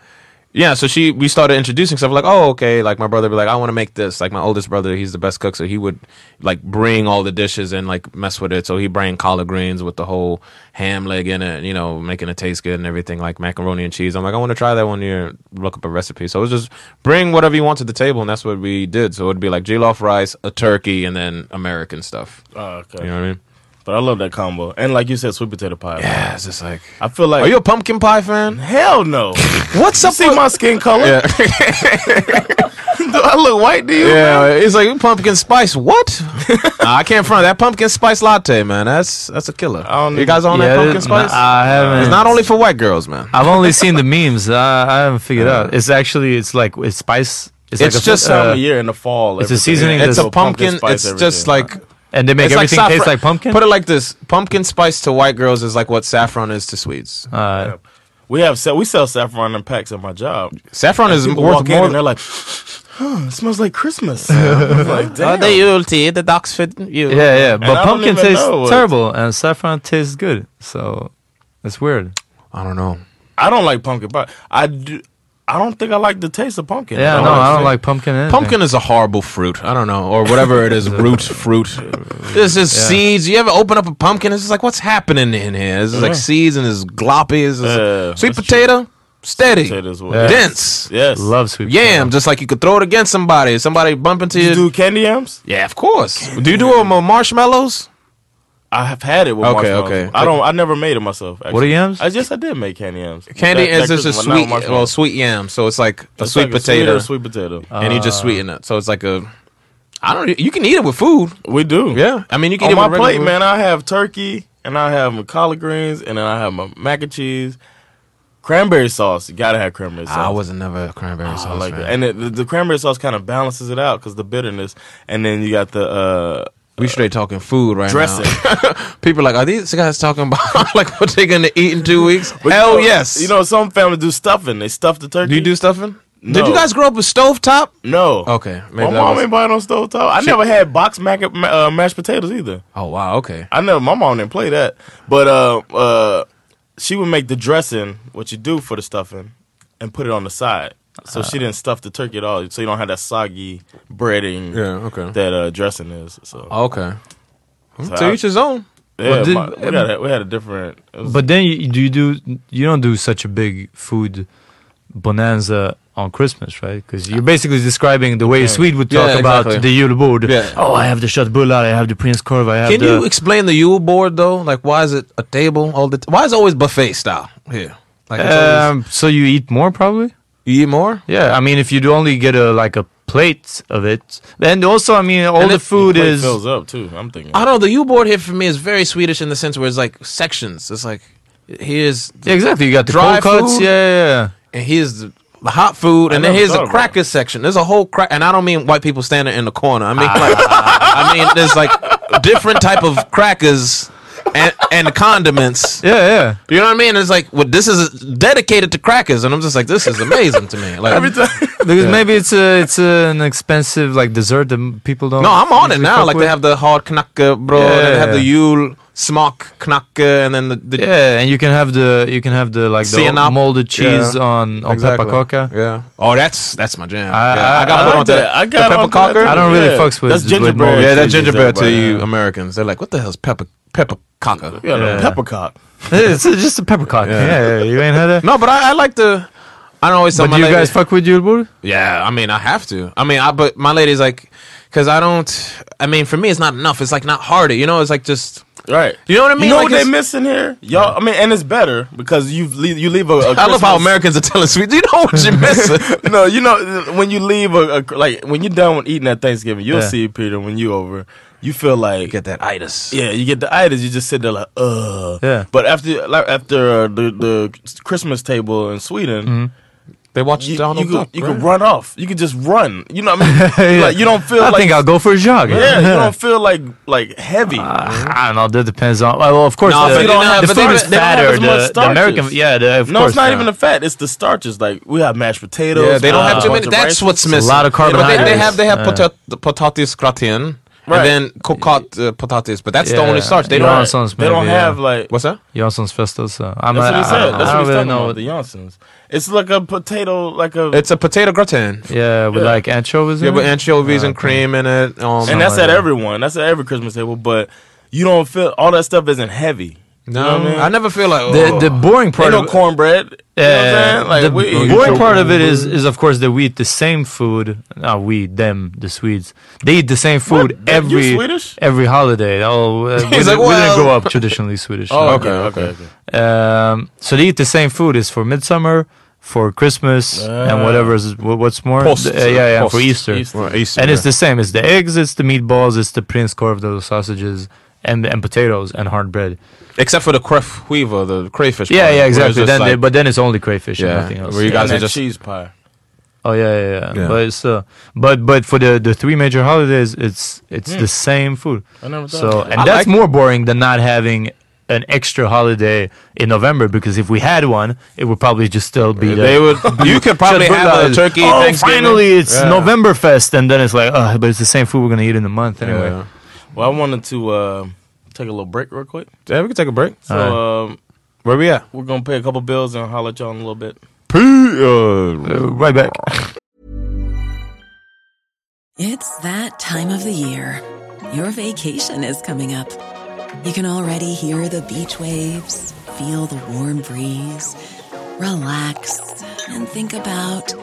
yeah, so she we started introducing stuff like, oh, okay, like my brother be like, I want to make this. Like my oldest brother, he's the best cook, so he would like bring all the dishes and like mess with it. So he bring collard greens with the whole ham leg in it, you know, making it taste good and everything, like macaroni and cheese. I'm like, I want to try that one year. Look up a recipe. So it was just bring whatever you want to the table, and that's what we did. So it'd be like jollof rice, a turkey, and then American stuff. Oh, okay. You know what I mean? But I love that combo. And like you said, sweet potato pie. Yeah, it's just like, I feel like are you a pumpkin pie fan? hell no. What's up See with my skin color? Yeah. Do I look white to you? man? Yeah, it's like pumpkin spice. What? Nah, I can't front that pumpkin spice latte, man. That's that's a killer. I don't you guys on Yeah, that pumpkin it- spice? nah, I haven't. it's not only for white girls, man. I've only seen the memes. I, I haven't figured out. It's actually it's like it's spice. It's like a- just, Time uh, of year in the fall. it's everything. a seasoning It's There's a pumpkin. spice it's everything. just like and they make it's everything saffron- taste like pumpkin. Put it like this: pumpkin spice to white girls is like what saffron is to Swedes. uh, we have sa- we sell saffron in packs at my job. saffron is People worth walk in more. and they're like, huh, it smells like Christmas. I'm like, damn. ulti the dogs fit you. yeah, yeah. I But don't pumpkin even tastes know what- terrible, and saffron tastes good. So it's weird. I don't know. I don't like pumpkin pie. I do. I don't think I like the taste of pumpkin. Yeah, I no, don't I know. don't like pumpkin. Anything. Pumpkin is a horrible fruit. I don't know, or whatever it is, root fruit. This is seeds. You ever open up a pumpkin? It's just like what's happening in here? It's just like seeds and it's gloppy. It's just- Yeah, sweet that's potato, steady, Potato is what- dense. Yes. Love sweet. Yam, just like you could throw it against somebody. Somebody bump into Do you you. do candy yams? yeah, of course. Do you do them with marshmallows? I have had it with Okay, marshmallows. okay. I don't. I never made it myself. Actually. What are yams? I just I did make candy yams. Candy That- is that just a Christmas one, sweet, not marshmallow. well, sweet yam. So it's like a It's sweet like a potato, Uh, or sweet Uh. potato. and you just sweeten it. So it's like a. I don't. You can eat it with food. we do. Yeah, I mean you can On eat it my with plate, regular- man, I have turkey and I have my collard greens and then I have my mac and cheese, cranberry sauce. You gotta have cranberry sauce. I wasn't never a cranberry sauce. Oh, I like fan. it. And uh, it, the, the cranberry sauce kind of balances it out because the bitterness, and then you got the uh, We straight talking food right dressing. now. People are like, are these guys talking about like what they're gonna eat in two weeks? Hell You know, yes. You know, some families do stuffing. They stuff the turkey. do you do stuffing? No. Did you guys grow up with stovetop? No. Okay, maybe my that mom was- ain't buying no stove top. I never had box mac uh, mashed potatoes either. Oh wow, okay. I never. My mom didn't play that. But uh, uh, she would make the dressing, what you do for the stuffing, and put it on the side. So Uh. she didn't stuff the turkey at all. So you don't have that soggy breading. Yeah, okay. Oh, That uh, dressing is. So Okay. So To I- each his own. yeah, Well, did- my- we, got a, we had a different. it was- But then you, you do you don't do such a big food bonanza on Christmas, right? Because you're basically describing the way Swede would Yeah, talk about exactly. the Yule board. Yeah. Oh, I have the chartbullar, I have the Prince Korva, I have Can the. you explain the Yule board though? Like why is it a table all the t- why is it always buffet style here? Like it's um, always- so you eat more probably. you eat more? Yeah, I mean, if you do only get a like a plate of it, and also, I mean, all And the it- food plate is fills up too. I'm thinking. I don't know, the Yule board here for me is very Swedish in the sense where it's like sections. It's like here's Yeah, exactly. You got the Dry cold cuts, food? yeah, yeah, yeah. and here's the, the hot food, and then never here's thought the about cracker section. There's a whole crack, and I don't mean white people standing in the corner. I mean, like, I mean, there's like different type of crackers. and, and condiments. Yeah, yeah. You know what I mean? It's like, well, this is dedicated to crackers, and I'm just like, this is amazing to me. Like, Because maybe it's a, it's a, an expensive like dessert that m- people don't. no, I'm on it usually now. fuck Like they with. have the hard knacker, bro. and then they have the Yule smock knacker, and then the, the Yeah, and you can have the you can have the like the Sienna. molded cheese Yeah. on on pepper coca. Yeah. Oh, that's that's my jam. I- yeah. I- got I put like onto that. that. I The got pepper onto that cocker. I don't really Yeah. fucks with That's with gingerbread mold. Yeah, cheese that is gingerbread to everybody you have. uh, Americans. They're like, what the hell's pepper pepper cocker? You got a Yeah. peppercock. it's just a pepper cock. Yeah. yeah, you ain't had that. No, but I, I like the. I don't always tell but my do you lady- guys fuck with Yulbur? Yeah, I mean, I have to. I mean, I but my lady's like, because I don't. I mean, for me, it's not enough. It's like not harder. You know, it's like just. Right. You know what I mean? You know Like what they it's- missing here? Y'all, I mean, and it's better because you leave, you leave a. a I love how Christmas- Americans are telling sweet. You know what you're missing. no, you know when you leave a, a like when you're done with eating at Thanksgiving, you'll Yeah. see Peter when you over. You feel like Get that itis. yeah, you get the itis. You just sit there like ugh. Yeah. But after like after uh, the the Christmas table in Sweden. They watch You, you, Donald could, Duck. you right? could run off. You could just run. You know what I mean? Yeah. Like you don't feel I like think I'll go for a jog. yeah, you don't feel like like heavy. I don't know. That depends on. Well, of course, No, the, but they don't the have as food much- is they don't have fatter. as much The, the starches. American, yeah, the, of no, course. it's not yeah. even the fat. It's the starches. Like we have mashed potatoes. Yeah, they don't we have too a many. bunch of That's rice. what's Uh, a missing. lot of Yeah, but they, they carbohydrates. Uh, have they have Yeah. potat potatis gratin Right. and then cooked uh, potatis, but that's the Yeah. only starch. They Yeah. don't. Right. Johnson's They don't maybe, uh, yeah. have like What's that? Johnson's Festosa. uh, That's I'm not, what he I, said. I, That's what don't he's really talking know. about. The Johnsons. It's like a potato, like a, It's a potato gratin. yeah, with Yeah. like anchovies. Yeah, in with it? anchovies Yeah, and okay. cream in it. Um, and that's like at that. everyone. That's at every Christmas table. But you don't feel all that stuff isn't heavy. no, you know what I mean? I never feel like The, oh. the boring Ain't part no of cornbread. you Yeah, know what I'm saying? Like the we eat- boring part of it is, is of course that we eat the same food. Not we, them, the Swedes. They eat the same food Th- you every Swedish? every holiday. Oh, uh, we, He's didn't- like, we didn't grow "Well." up traditionally Swedish. Oh, no. okay, okay, okay. Um, so they eat the same food is for midsummer, for Christmas, Uh, and whatever is wh- what's more, Post, uh, yeah, yeah, for post. Easter. Easter. Well, Easter, and it's yeah. the same. It's the eggs, it's the meatballs, it's the prince corv, those sausages, and and potatoes and hard bread. except for the cref weaver, the crayfish. Yeah, yeah, part, where it's exactly. just Then, like- they, but then it's only crayfish Yeah, and nothing else. where you Yeah. guys And that are just- cheese pie. Oh yeah, yeah, yeah. Yeah. But it's uh, but but for the the three major holidays, it's it's the same food. I never thought so of that. and I that's like- more boring than not having an extra holiday in November because if we had one, it would probably just still be. the- they would. You could probably have a Brutalized. turkey. Oh, Thanksgiving. finally, it's November Fest, and then it's like, oh, but it's the same food we're gonna eat in the month anyway. Yeah. Well, I wanted to uh, take a little break real quick. Yeah, we could take a break. So um, Where we at? we're gonna pay a couple bills and holler at y'all in a little bit. Uh, right back. It's that time of the year. Your vacation is coming up. You can already hear the beach waves, feel the warm breeze, relax, and think about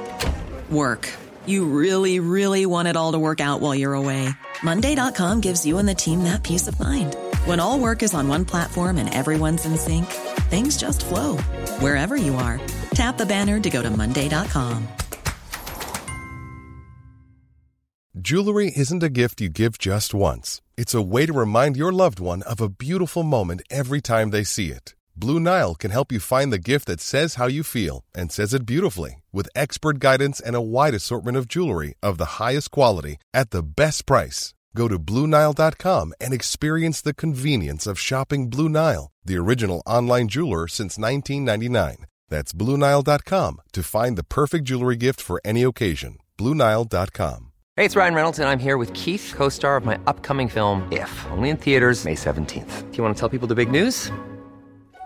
work. You really, really want it all to work out while you're away. Monday.com gives you and the team that peace of mind. When all work is on one platform and everyone's in sync, things just flow wherever you are. Tap the banner to go to Monday.com. Jewelry isn't a gift you give just once. It's a way to remind your loved one of a beautiful moment every time they see it. Blue Nile can help you find the gift that says how you feel and says it beautifully with expert guidance and a wide assortment of jewelry of the highest quality at the best price. Go to BlueNile.com and experience the convenience of shopping Blue Nile, the original online jeweler since 1999. That's BlueNile.com to find the perfect jewelry gift for any occasion. BlueNile.com. Hey, it's Ryan Reynolds, and I'm here with Keith, co star of my upcoming film, If, only in theaters, May 17th. Do you want to tell people the big news?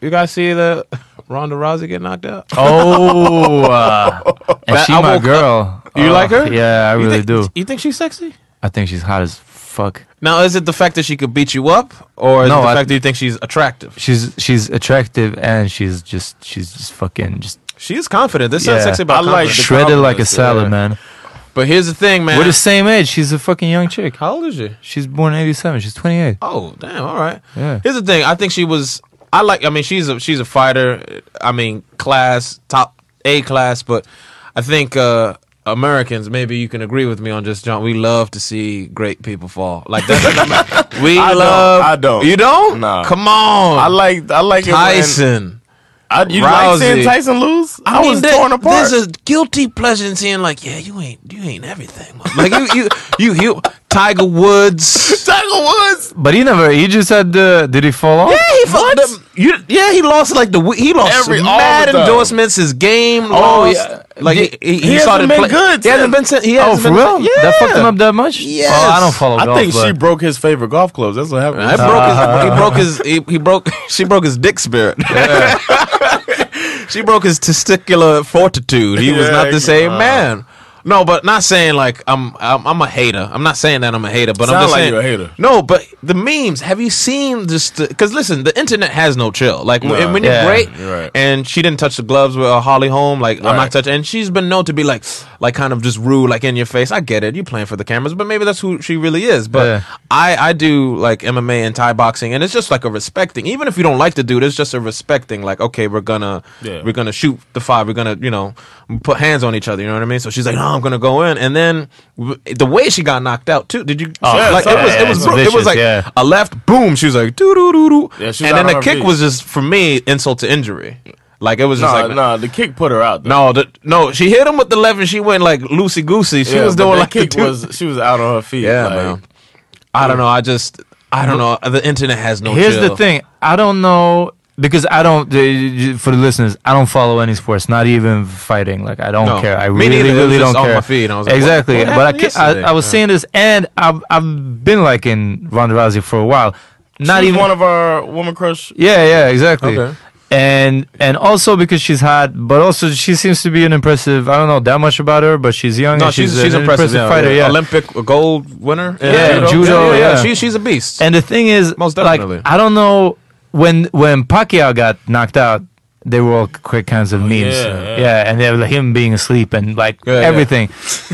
You guys see the Ronda Rousey get knocked out? Oh, uh, and That- she I my woke girl. You Uh, like her? Yeah, I You really think- do. You think she's sexy? I think she's hot as fuck. Now, is it the fact that she could beat you up, or is No, it the I- fact that you think she's attractive? She's she's attractive and she's just she's just fucking just She's confident. This sounds Yeah. sexy about I like confidence. the shredded like a confidence, salad, yeah. man. But here's the thing, man. We're the same age. She's a fucking young chick. How old is she? She's born '87. She's 28. Oh, damn. All right. Yeah. Here's the thing. I think she was. I like. I mean, she's a she's a fighter. I mean, class top A class. But I think uh Americans, maybe you can agree with me on just John. We love to see great people fall. Like that's we I don't. love. I don't. You don't? Nah. Come on. I like I like it when- Tyson. I, you like Rousey. seeing Tyson lose? I, was there- torn apart. There's a guilty pleasure in seeing like, yeah, you ain't you ain't everything. mother- Like you you you, you Tiger Woods. Tiger Woods. But he never. He just had the. Did he fall off? Yeah, he what? you, yeah, he lost like the w- he lost Every- all mad the time. Oh, endorsements. His game lost. yeah. like he, he, He hasn't been good He hasn't been. He Oh, hasn't for been, real? Yeah, That fucked him up that much? Yes. Oh, I don't follow I golf. think she but- broke his favorite golf clubs. That's what happened. I broke his, he uh-huh. broke his. He, he broke. She broke his dick spirit. she broke his testicular fortitude. He was Yeah, not the same uh, man. No, but not saying like I'm, I'm. I'm a hater. I'm not saying that I'm a hater. But I'm Sound just like saying you're a hater. No, but the memes. Have you seen just? Because listen, the internet has no chill. Like when- Nah. when you're Yeah, great, you're right. and she didn't touch the gloves with uh, Holly Holm. Like I'm not Right. touching. And she's been known to be like, like kind of just rude, like in your face. I get it. You playing for the cameras, but maybe that's who she really is. But Yeah. I I do like MMA and Thai boxing, and it's just like a respecting. Even if you don't like the dude, it's just a respecting. Like okay, we're gonna Yeah. we're gonna shoot the five. We're gonna you know put hands on each other. You know what I mean? So she's like, no, I'm gonna go in, and then w- the way she got knocked out too. Did you? Oh, like, it yeah, was yeah, it was it's bru- it was vicious, like yeah. a left, boom. She was like doo doo doo doo, Yeah, she was and then out on the her kick feet. was just for me insult to injury. Like it was No, just nah, like nah, the kick put her out. Though. no, the, no. She hit him with the left, and she went like loosey goosey. She Yeah, was but doing that like the kick dude- was. She was out on her feet. yeah, like, man. I don't know. I just, I don't know. The internet has no. Here's chill. the thing. I don't know because I don't. uh, For the listeners, I don't follow any sports, not even fighting. Like I don't No. care. I Me really, neither. It was really just don't on care. my feed, and I was like, what- exactly. what but I, happened ca- I, yesterday? I was Yeah. seeing this, and I've I've been liking Ronda Rousey for a while. Not She was even one of our woman crush. Yeah, yeah, exactly. Okay. And and also because she's hot, but also she seems to be an impressive. uh, I don't know that much about her, but she's young. No, and she's she's, an impressive. impressive yeah, fighter. yeah. Yeah. Olympic gold winner. in Yeah, judo, yeah. She, she's a beast. And the thing is, Most like, definitely. I don't know when when Pacquiao got knocked out, they were all quick kinds of memes. Oh, yeah, Yeah, yeah. and they were like, him being asleep and like Yeah, yeah. everything.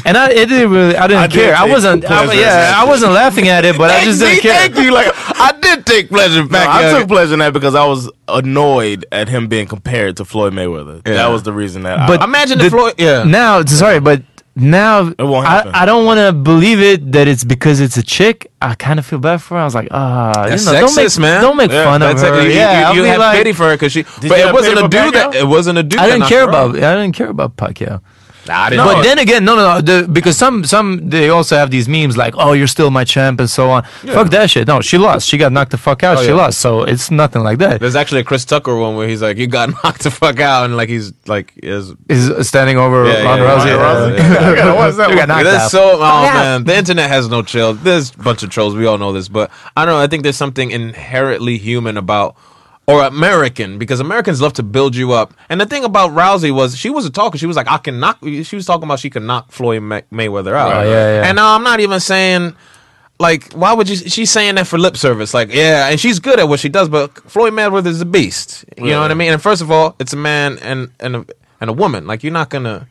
And I it didn't really, I didn't I did care. I take wasn't, I, pleasure. yeah, I wasn't laughing at it, but I just didn't See, care. Thank you. Like I did take pleasure No, back. I took pleasure in that because I was annoyed at him being compared to Floyd Mayweather. Yeah. That was the reason that. But I, Imagine the- if Floyd. Yeah. Now, sorry, but now won't I, happen. I don't want to believe it that it's because it's a chick. I kind of feel bad for her. I was like, ah, you That's know, don't sexist, make man. don't make Yeah, fun of that's her. it. You, yeah, I'll you, you be have like- pity for her because she. But you it have wasn't pity a for dude that. Pacquiao? It wasn't a dude. I that didn't knocked care her out. about I didn't care about Pacquiao. I didn't. But know. then again, no, no, no, the, because some some they also have these memes like, "Oh, you're still my champ" and so on. Fuck that shit. No, she lost. She got knocked the fuck out. Oh, she yeah. lost. So it's nothing like that. There's actually a Chris Tucker one where he's like, "You got knocked the fuck out," and like he's like, "Is Is standing over Yeah, Ronda yeah, Rousey. yeah, Uh, yeah, yeah. you got knocked That's out. so. Oh man, the internet has no chill. There's a bunch of trolls. We all know this, but I don't know. I think there's something inherently human about. Or American, because Americans love to build you up. And the thing about Rousey was she was a talker. She was like, I can knock. She was talking about she could knock Floyd May- Mayweather out. Right, yeah, yeah. And now I'm not even saying, like, why would you? She's saying that for lip service. Like, yeah, and she's good at what she does, but Floyd Mayweather is a beast. You know what I mean? And first of all, it's a man and and a, and a woman. Like, you're not gonna.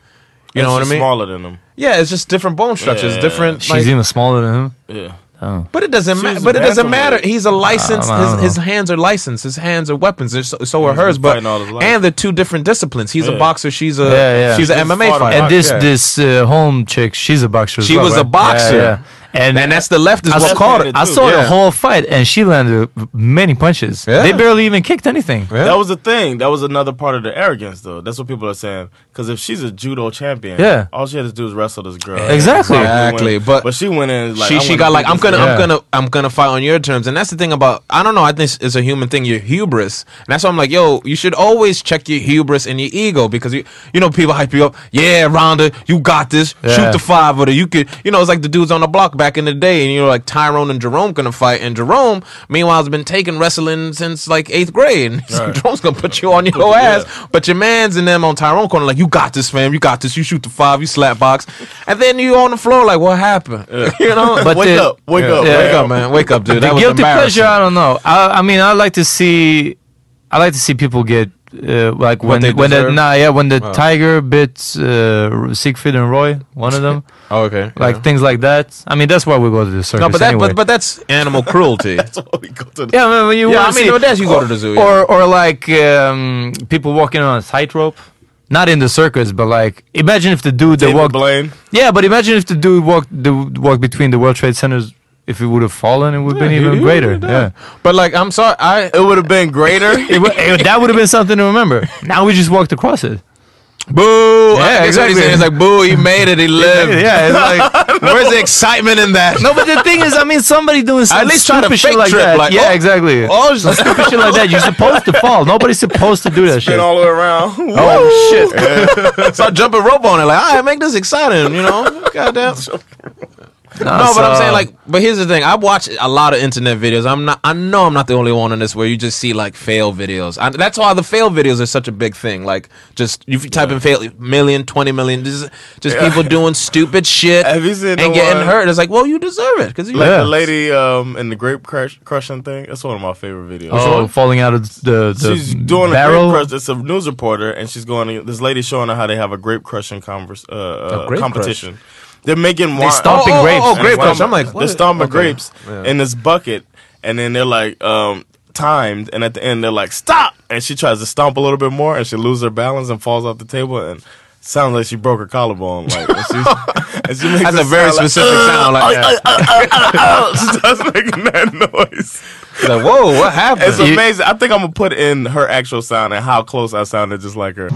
You know what I mean? Smaller than him. Yeah, it's just different bone structures, Yeah. different. She's like, even smaller than him. Yeah. but it doesn't matter. was But it a doesn't bantamweight. matter. He's a licensed. I don't his, his hands are licensed. His hands are weapons. and So, so are hers. been But fighting all his life. and they're two different disciplines. He's a Yeah. boxer. She's a Yeah, yeah. she's an She's MMA fought a fighter. And this Yeah. this uh, home chick, she's a boxer. as She well, was a right? boxer. Yeah, yeah. And, And that's the left is I what saw- caught it. I saw Yeah. the whole fight, and she landed many punches. Yeah. They barely even kicked anything. Yeah. That was the thing. That was another part of the arrogance, though. That's what people are saying. Because if she's a judo champion, Yeah. all she had to do is wrestle this girl. Exactly. Probably win. Exactly, but- but she went in. Like, she I she wanna got beat like I'm this gonna girl." I'm Yeah. gonna I'm gonna fight on your terms, and that's the thing about I don't know. I think it's a human thing. Your hubris, and that's why I'm like, yo, you should always check your hubris and your ego because you you know people hype you up. Yeah, Ronda, you got this. Yeah. Shoot the five or the you could you know it's like the dudes on the block back in the day, and you know like Tyrone and Jerome gonna fight, and Jerome meanwhile has been taking wrestling since like eighth grade, and Jerome's gonna put you on your ass. But your man's and them on Tyrone corner like, you got this, fam. You got this. You shoot the five, you slap box, and then you on the floor like, what happened? you know, But Wake the- up! Wake yeah, up! Yeah. wake up, man. Wake up, dude. That the was guilty embarrassing. pleasure, I don't know. I, I mean, I like to see, I like to see people get uh, like What they when when the deserve? nah yeah when the Wow. tiger bits uh, Siegfried and Roy, one of them, Oh, okay. like yeah. things like that. I mean, that's why we go to the circus. no, but that anyway. but, but that's animal cruelty. yeah, I mean, when you Yeah, wanna I mean, see- no, that's you go or, to the zoo, or or like um, people walking on a tightrope. Not in the circus, but like imagine if the dude that David walked Blaine. Yeah, but imagine if the dude walked the walked between the World Trade Centers. If he would have fallen, it would have been Yeah, he- even he greater. would've Yeah, died. But like I'm sorry, I It would have been greater. It wa- it- that would have been something to remember. Now we just walked across it. boo. Yeah, Yeah, exactly. exactly. He's like boo. He made it. He lived. Yeah, it's like Where's the excitement in that? no, but the thing is, I mean, somebody doing some least try stupid to shit fake like trip, that. like, yeah, oh, exactly. oh, some stupid shit like that. You're supposed to fall. Nobody's supposed to do that shit. Been all the way around. oh shit! Start jumping rope on it. Like, all right, make this exciting. You know, goddamn. No, but I'm saying like, but here's the thing. I watch a lot of internet videos. I'm not. I know I'm not the only one on this where you just see like fail videos. I, that's why the fail videos are such a big thing. Like, just if you type in fail million, 20 million, just just people doing stupid shit Have you seen and the getting one- hurt. It's like, well, you deserve it because you. Like Yeah. the lady um, in the grape crush, crushing thing. That's one of my favorite videos. oh, falling out of the, the she's doing barrel. a grape crush. It's a news reporter, and she's going. To, this lady showing her how they have a grape crushing converse, uh, uh, grape competition. They're making wine. stomping Oh, oh, grapes. Oh, And grape it's crush. stomping- I'm like, they're what? stomping Okay. grapes in this bucket, and then they're like um, timed, and at the end they're like stop, and she tries to stomp a little bit more, and she loses her balance and falls off the table, and sounds like she broke her collarbone. Like, and she, and she makes That's a very sound like, specific sound. Like, "Uh, that. uh, uh, uh, uh," she starts making that noise. like, whoa, what happened? It's amazing. I think I'm gonna put in her actual sound and how close I sounded just like her.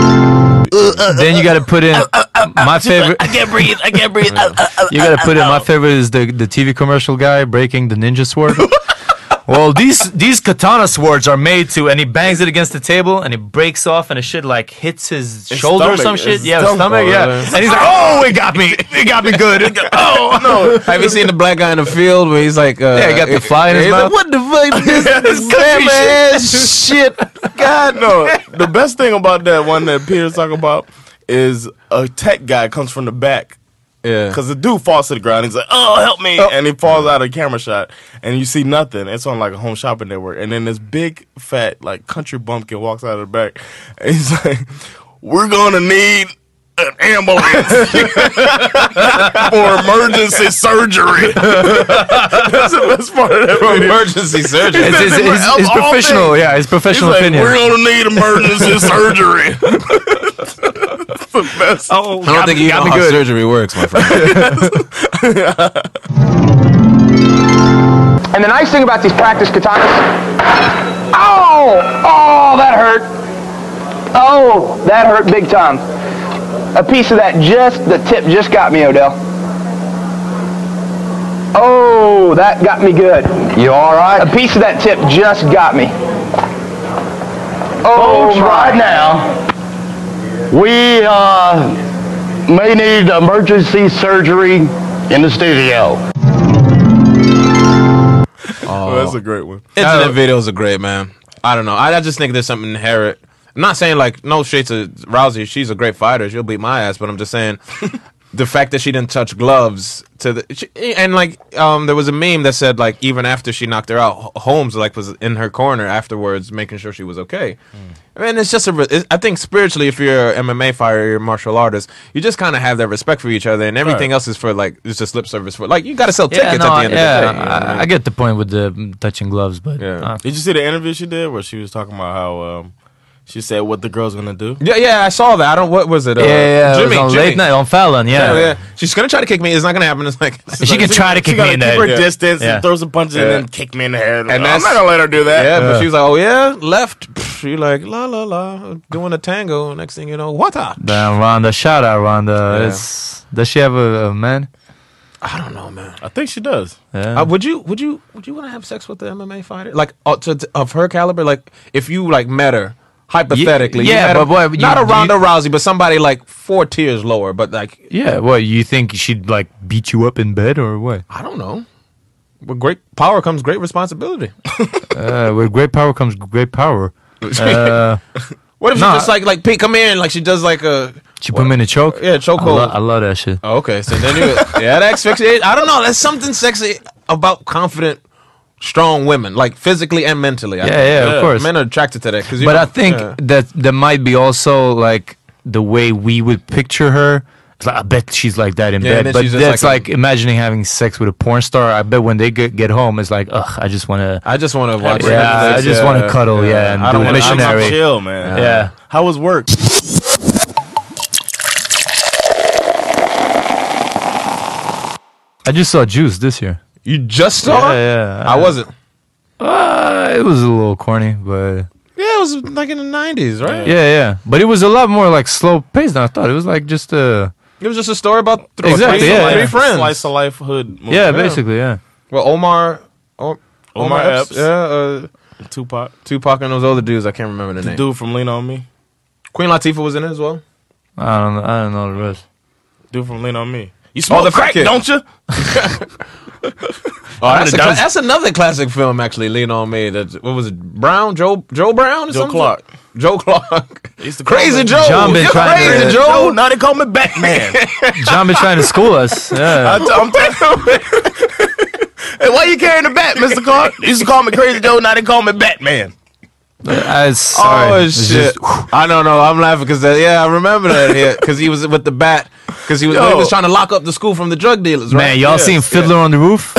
then you got to put in Uh, my favorite. can't breathe. I can't breathe. Uh, You gotta put it. My favorite is the the TV commercial guy breaking the ninja sword. well, these these katana swords are made to, and he bangs it against the table, and it breaks off, and it shit like hits his, shoulder or stomach, some shit. his Yeah, his stomach. stomach. Yeah, and he's like, oh, it got me, it got me good. oh no, Have you seen the black guy in the field where he's like, uh, Yeah, he got the fly in his he's mouth. Like, what the fuck? This, this grandma ass shit. God no. The best thing about that one that Peter's talking about is a tech guy comes from the back. Yeah. Cause the dude falls to the ground. He's like, "Oh, help me!" And he falls out of camera shot, and you see nothing. It's on like a home shopping network. And then this big fat like country bumpkin walks out of the back, and he's like, "We're gonna need an ambulance for emergency surgery." That's the best part of that video. Emergency surgery. it's, it's, it's- Of it's all professional. things. Yeah, it's He's professional like, opinion. "We're gonna need emergency surgery." That's the best. Oh, I don't think you know how surgery works, my friend. And the nice thing about these practice katanas. Oh! Oh, that hurt. Oh, that hurt big time. A piece of that just, the tip just got me, Odell. Oh, that got me good. You all right? A piece of that tip just got me. Oh, right now. We uh, may need emergency surgery in the studio. Oh, that's a great one. Internet videos are great, man. I don't know. I, I just think there's something inherent. I'm not saying like no shade to Rousey. She's a great fighter. She'll beat my ass. But I'm just saying the fact that she didn't touch gloves to the she, and like um there was a meme that said like even after she knocked her out, H- Holmes like was in her corner afterwards, making sure she was okay. Hmm. I mean, it's just a. re- It, I think spiritually, if you're an MMA fighter, you're a martial artist, you just kind of have that respect for each other, and everything else is for like it's just lip service for like you got to sell tickets Yeah, at no, the I- end yeah, of the day. you know what I I, mean? I get the point with the mm, touching gloves, but Yeah. uh, Did you see the interview she did where she was talking about how um, she said what the girl's gonna do? Yeah, yeah, I saw that. I don't. What was it? Uh, yeah, yeah, it was Jimmy, on Jimmy. late night on Fallon. Yeah, Yeah, yeah. She's gonna try to kick me. It's not gonna happen. It's like she can try to She kick gotta me in keep the her head. distance Yeah. and throw some punches and Yeah. then kick me in the head. And I'm that's- not gonna let her do that. Yeah, but she was like, "Oh yeah, left." Pff, You like la la la, doing a tango. Next thing you know, what? a- Damn, Ronda. Shout out, Ronda. Yeah. It's, does she have a, a man? I don't know, man. I think she does. Yeah. Uh, would you? Would you? Would you want to have sex with the MMA fighter, like uh, to, to- of her caliber? Like if you like met her hypothetically, you yeah, met her- but what- you- not a you- Ronda Rousey, but somebody like four tiers lower. But like, yeah. What you think she'd like beat you up in bed or what? I don't know. With great power comes great responsibility. Uh, with great power comes great power. Uh, What if Nah. she just like like Pete come here and like she does like a She put me in a choke. yeah I, chokehold? lo- I love that shit. Oh, okay, so then you yeah that sexy. I don't know. There's something sexy about confident, strong women, like physically and mentally. I Yeah, think. yeah, of course. Men are attracted to that. 'cause you But know- I think yeah. that that might be also like the way we would picture her. It's like I bet she's like that in bed, Yeah, and then but she's just that's like like, a- imagining having sex with a porn star. I bet when they get get home, it's like, ugh, I just want to. I just want to watch. Yeah, I just uh, want to cuddle. Yeah, and I do don't a want to. missionary. I'm chill, man. Yeah. How was work? I just saw Juice this year. You just Yeah, saw. it? yeah. I wasn't. Uh, it was a little corny, but Yeah, it was like in the '90s, right? yeah, yeah. But it was a lot more like slow paced than I thought. It was like just uh, It was just a story about three, Exactly, three, yeah, three yeah. friends. Slice of life hood. Movie. yeah, basically, yeah. Well, Omar, Omar, Omar Omar Epps, Epps. yeah, uh, Tupac. Tupac and those other dudes. I can't remember the name. Dude from Lean on Me. Queen Latifah was in it as well. I don't, know, I don't know the rest. Dude from Lean on Me. You smoke the crack, crackhead. don't you? Oh, that's, a cla- that's another classic film, actually. Lean on me. That what was it? Brown Joe Joe Brown. Or Joe something? Clark. Joe Clark. They used to call crazy me- Joe. John been You're trying to- crazy Yeah. Joe, Joe. now they call me Batman. John been trying to school us. Yeah. I t- I'm telling Hey, why you carrying the bat, Mr. Clark? You used to call me Crazy Joe, now they call me Batman. I, sorry. Oh It's just- shit! I don't know. I'm laughing because yeah, I remember that. Yeah, because he was with the bat. Because he was Yo. he was trying to lock up the school from the drug dealers. Right? Man, y'all seen Fiddler on the Roof?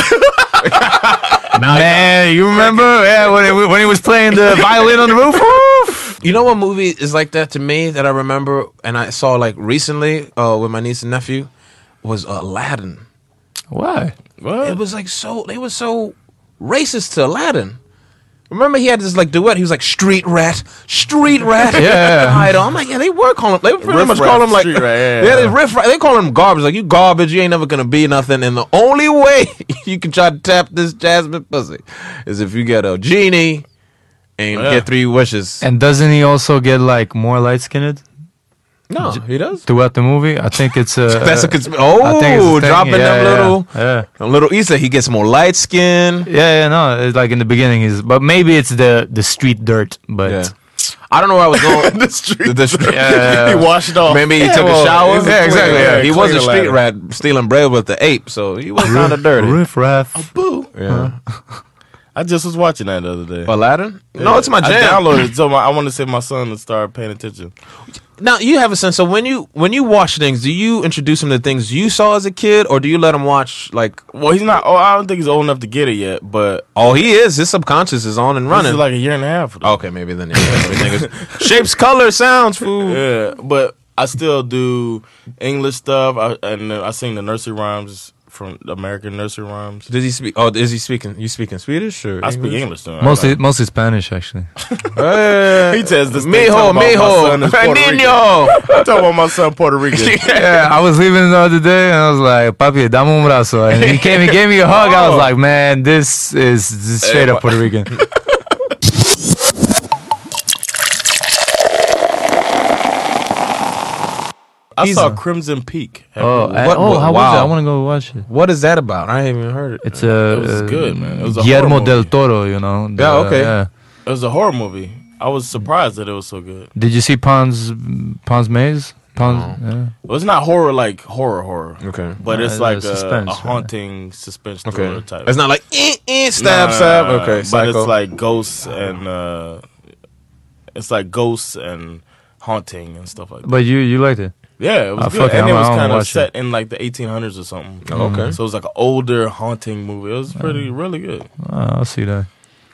Man, you remember? Yeah, when he, when he was playing the violin on the roof. Woof! You know what movie is like that to me that I remember and I saw like recently uh, with my niece and nephew was Aladdin. Why? It was like so they were so racist to Aladdin. Remember he had this like duet. He was like street rat, street rat. Yeah. idol. I'm like, yeah, they were calling. They pretty Riff much rat, call him like, street rat, yeah, they yeah. riff rat. They call him garbage. Like you garbage. You ain't never gonna be nothing. And the only way you can try to tap this Jasmine pussy is if you get a genie and Oh, Yeah. get three wishes. And doesn't he also get like more light skinned no, he does. throughout the movie? I think it's a. That's a uh, I consp- think it's a oh, thing. dropping Yeah, them yeah, little, yeah. them little Issa. He gets more light skin. Yeah, yeah, no, it's like in the beginning he's, but maybe it's the the street dirt, but Yeah. I don't know where I was going. The street. The street- he washed off. Maybe he Yeah, took well, a shower. it's Yeah, exactly. clear, Yeah. He was a clear street ladder. rat stealing bread with the ape, so he was kind of dirty. riff raff. Yeah. I just was watching that the other day. Aladdin? No, it's my I jam. downloaded it. So my, I want to say my son to start paying attention. Now you have a sense. So when you when you watch things, do you introduce him to things you saw as a kid, or do you let him watch like? Well, he's not. Oh, I don't think he's old enough to get it yet. But Oh, he is. His subconscious is on and this running. is like a year and a half. okay, maybe then. Yeah, everything is- shapes, color, sounds, food. Yeah, but I still do English stuff. I, and uh, I sing the nursery rhymes from American nursery rhymes. Does he speak? Oh, is he speaking? You speaking Swedish or I speak English though. Mostly, mostly Spanish actually. Uh, He says this thing Mijo, talking about my son is mijo, Puerto Rican. niño. I'm talking about my son Puerto Rican. yeah, I was leaving the other day and I was like, Papi, dame un brazo. And he came and gave me a hug. I was Oh. like, man, this is this is straight up Puerto Rican. I He's saw a- Crimson Peak. Have Oh, you- and- What- oh what- how was wow. it? I want to go watch it. What is that about? I haven't even heard it. It's a. it was uh, good, man. It was a Guillermo horror del movie. Toro, you know. the- Yeah, okay. It was a horror movie. I was surprised that it was so good. Did you see Pons Pons Maze? Pons. yeah. Well, it's not horror like horror horror. Okay. But Uh, it's like it's a, suspense, a right? haunting suspense Okay. thriller type. It's not like eh, eh, No, no, stab no, no, stab. no, okay, but psycho. it's like ghosts and uh, it's like ghosts and haunting and stuff like that. But you you liked it. Yeah, it was Ah, good, fuck it, Mm-hmm. and it I'm- I was wanna kind of watch set in like the 1800s or something. okay. so it was like an older haunting movie. It was pretty really good. Uh, I'll see that.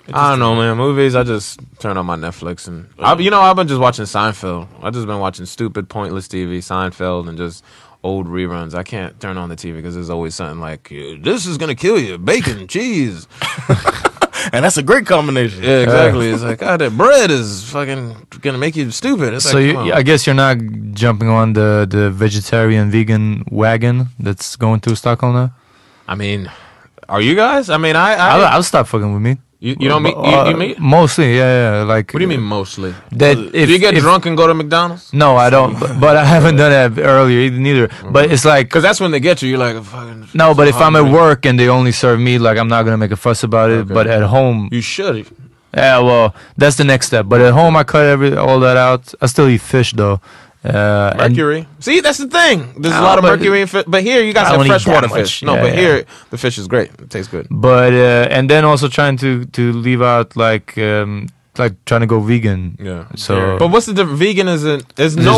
I don't know, man. Movies. I just turn on my Netflix and I, you know I've been just watching Seinfeld. I just been watching stupid, pointless TV, Seinfeld, and just old reruns. I can't turn on the TV because there's always something like this is gonna kill you. Bacon, cheese. And that's a great combination. Yeah, exactly. it's like God, that bread is fucking gonna make you stupid. It's So like, you, come on. I guess you're not jumping on the the vegetarian vegan wagon that's going through Stockholm now. I mean, are you guys? I mean, I. I, I'll, I'll stop fucking with meat. you, you don't mean you, Uh, you mean? mostly? Yeah, yeah. Like What do you mean mostly? That if Do you get if- drunk and go to McDonald's? No, I don't. But, but I haven't done that earlier either, neither. Mm-hmm. But it's like Because that's when they get you. You're like, fucking. no. But if I'm at hungry. work and they only serve meat, like I'm not gonna make a fuss about it. But at home, you should. Yeah, well, that's the next step. But at home, I cut every all that out. I still eat fish though. Uh, and- Mercury. See, that's the thing. There's a Ah, lot of but- mercury in fish, but here you I got some don't eat that freshwater much. fish. No, Yeah, but yeah. here the fish is great. It tastes good. but uh, and then also trying to to leave out like um like trying to go vegan. Yeah. So But what's the difference? Vegan isn't. There's There's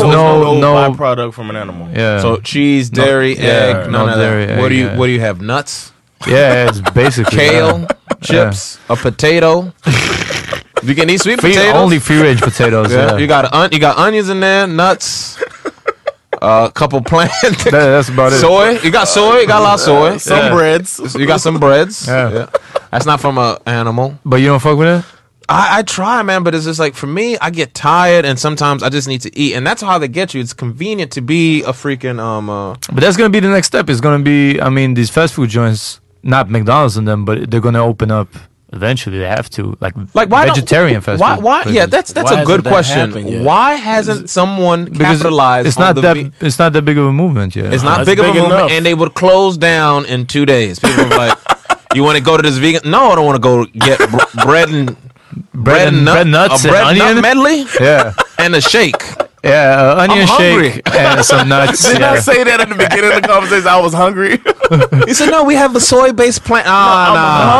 no- no. no- byproduct from an animal. yeah. So cheese, No- dairy, yeah, egg, no none of dairy, that. what egg, do you? yeah. What do you have? Nuts, yeah, it's basically kale, that. chips, a potato. you can eat sweet Free, potatoes. only free range potatoes. Yeah, yeah. You got on, you got onions in there, nuts, a couple plants, That- that's about it. soy. You got soy. You got a lot of soy. Some Yeah. breads. You got some breads. Yeah. That's not from a animal. but you don't fuck with it. I, I try, man, but it's just like for me, I get tired, and sometimes I just need to eat, and that's how they get you. It's convenient to be a freaking um. Uh, But that's gonna be the next step. It's gonna be, I mean, these fast food joints, not McDonald's and them, but they're gonna open up eventually. They have to, like, like why don't- vegetarian fast why, food. Why? Yeah, places. that's that's Why a hasn't good that happened question. yet? Why hasn't someone because capitalized? it's on not the that ve- it's not that big of a movement yet. It's not That's big of a big movement, enough. and they would close down in two days. People were like, "You want to go to this vegan? No, I don't want to go get br- bread and bread, and- and, nut, bread nuts a and bread and nut onion? medley Yeah, and a shake." yeah, uh, onion hungry. shake and some nuts. Did yeah. I say that at the beginning of the conversation? I was hungry. He said, "No, we have a soy-based plant." Ah,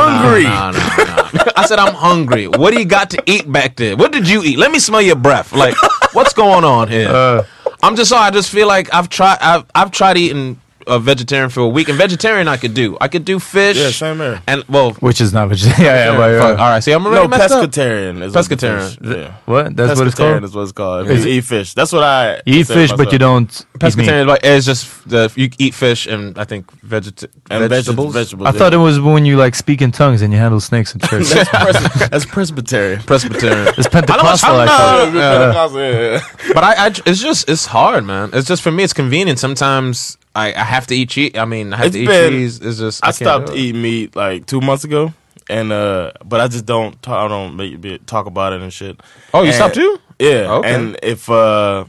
hungry. no, no, no. I said, "I'm hungry. What do you got to eat back there? What did you eat? Let me smell your breath. Like, what's going on here?" Uh. I'm just sorry. I just feel like I've tried. I've I've tried eating a vegetarian for a week, and vegetarian I could do. I could do fish. Yeah, same here. And well, Which is not vegetarian. Yeah, yeah, but, uh, yeah. Fuck, All right, see, I'm no, already messed up. pescatarian is Pescatarian. What yeah. What? That's what Pescatarian it's called. is what it's called. If you eat fish. That's what I you eat consider fish, but you myself. don't Pescatarian, eat meat. is like it's just the you eat fish and I think vegeta- And vegetables. vegetables. vegetables I yeah. thought it was when you like speak in tongues and you handle snakes and church. that's, pres- that's Presbyterian. Presbyterian. It's Pentecostal. I I don't- thought. Uh, but I, I, it's just, it's hard, man. It's just for me, it's convenient. Sometimes I, I have to eat cheese. I mean, I have It's to eat been- cheese. It's just I can't stopped do it. eating meat like two months ago, and uh, but I just don't talk, I don't make, be, talk about it and shit. Oh, you And- stopped too? Yeah. Okay. And if uh,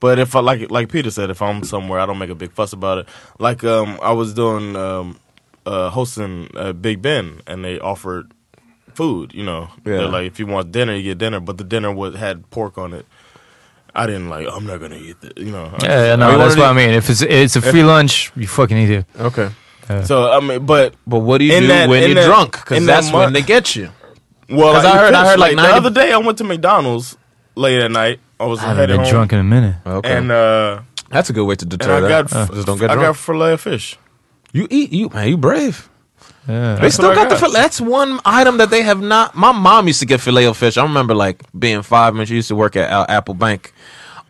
but if I like like Peter said, if I'm somewhere, I don't make a big fuss about it. Like um, I was doing um, uh, hosting uh, Big Ben, and they offered food. You know, Yeah. They're like if you want dinner, you get dinner, but the dinner was had pork on it. I didn't like. I'm not gonna eat that. You know. I Yeah, yeah, I no, that's wanted what to- I mean. If it's it's a free lunch, you fucking eat it. Okay. So I mean, but But what do you In do that- when in you're that- drunk? Because in that that's when month- they get you. Well, 'Cause like, I heard- I fish, heard, like, the 90 other day I went to McDonald's late at night. I was I haven't headed been home, drunk in a minute. Okay. and uh, that's a good way to and deter I got that. f- just don't get I got drunk. fillet of fish. you eat, you man, you brave. Yeah. They still what I got the got. fillet. That's one item that they have not. My mom used to get filet of fish. I remember like being five and she used to work at uh, Apple Bank.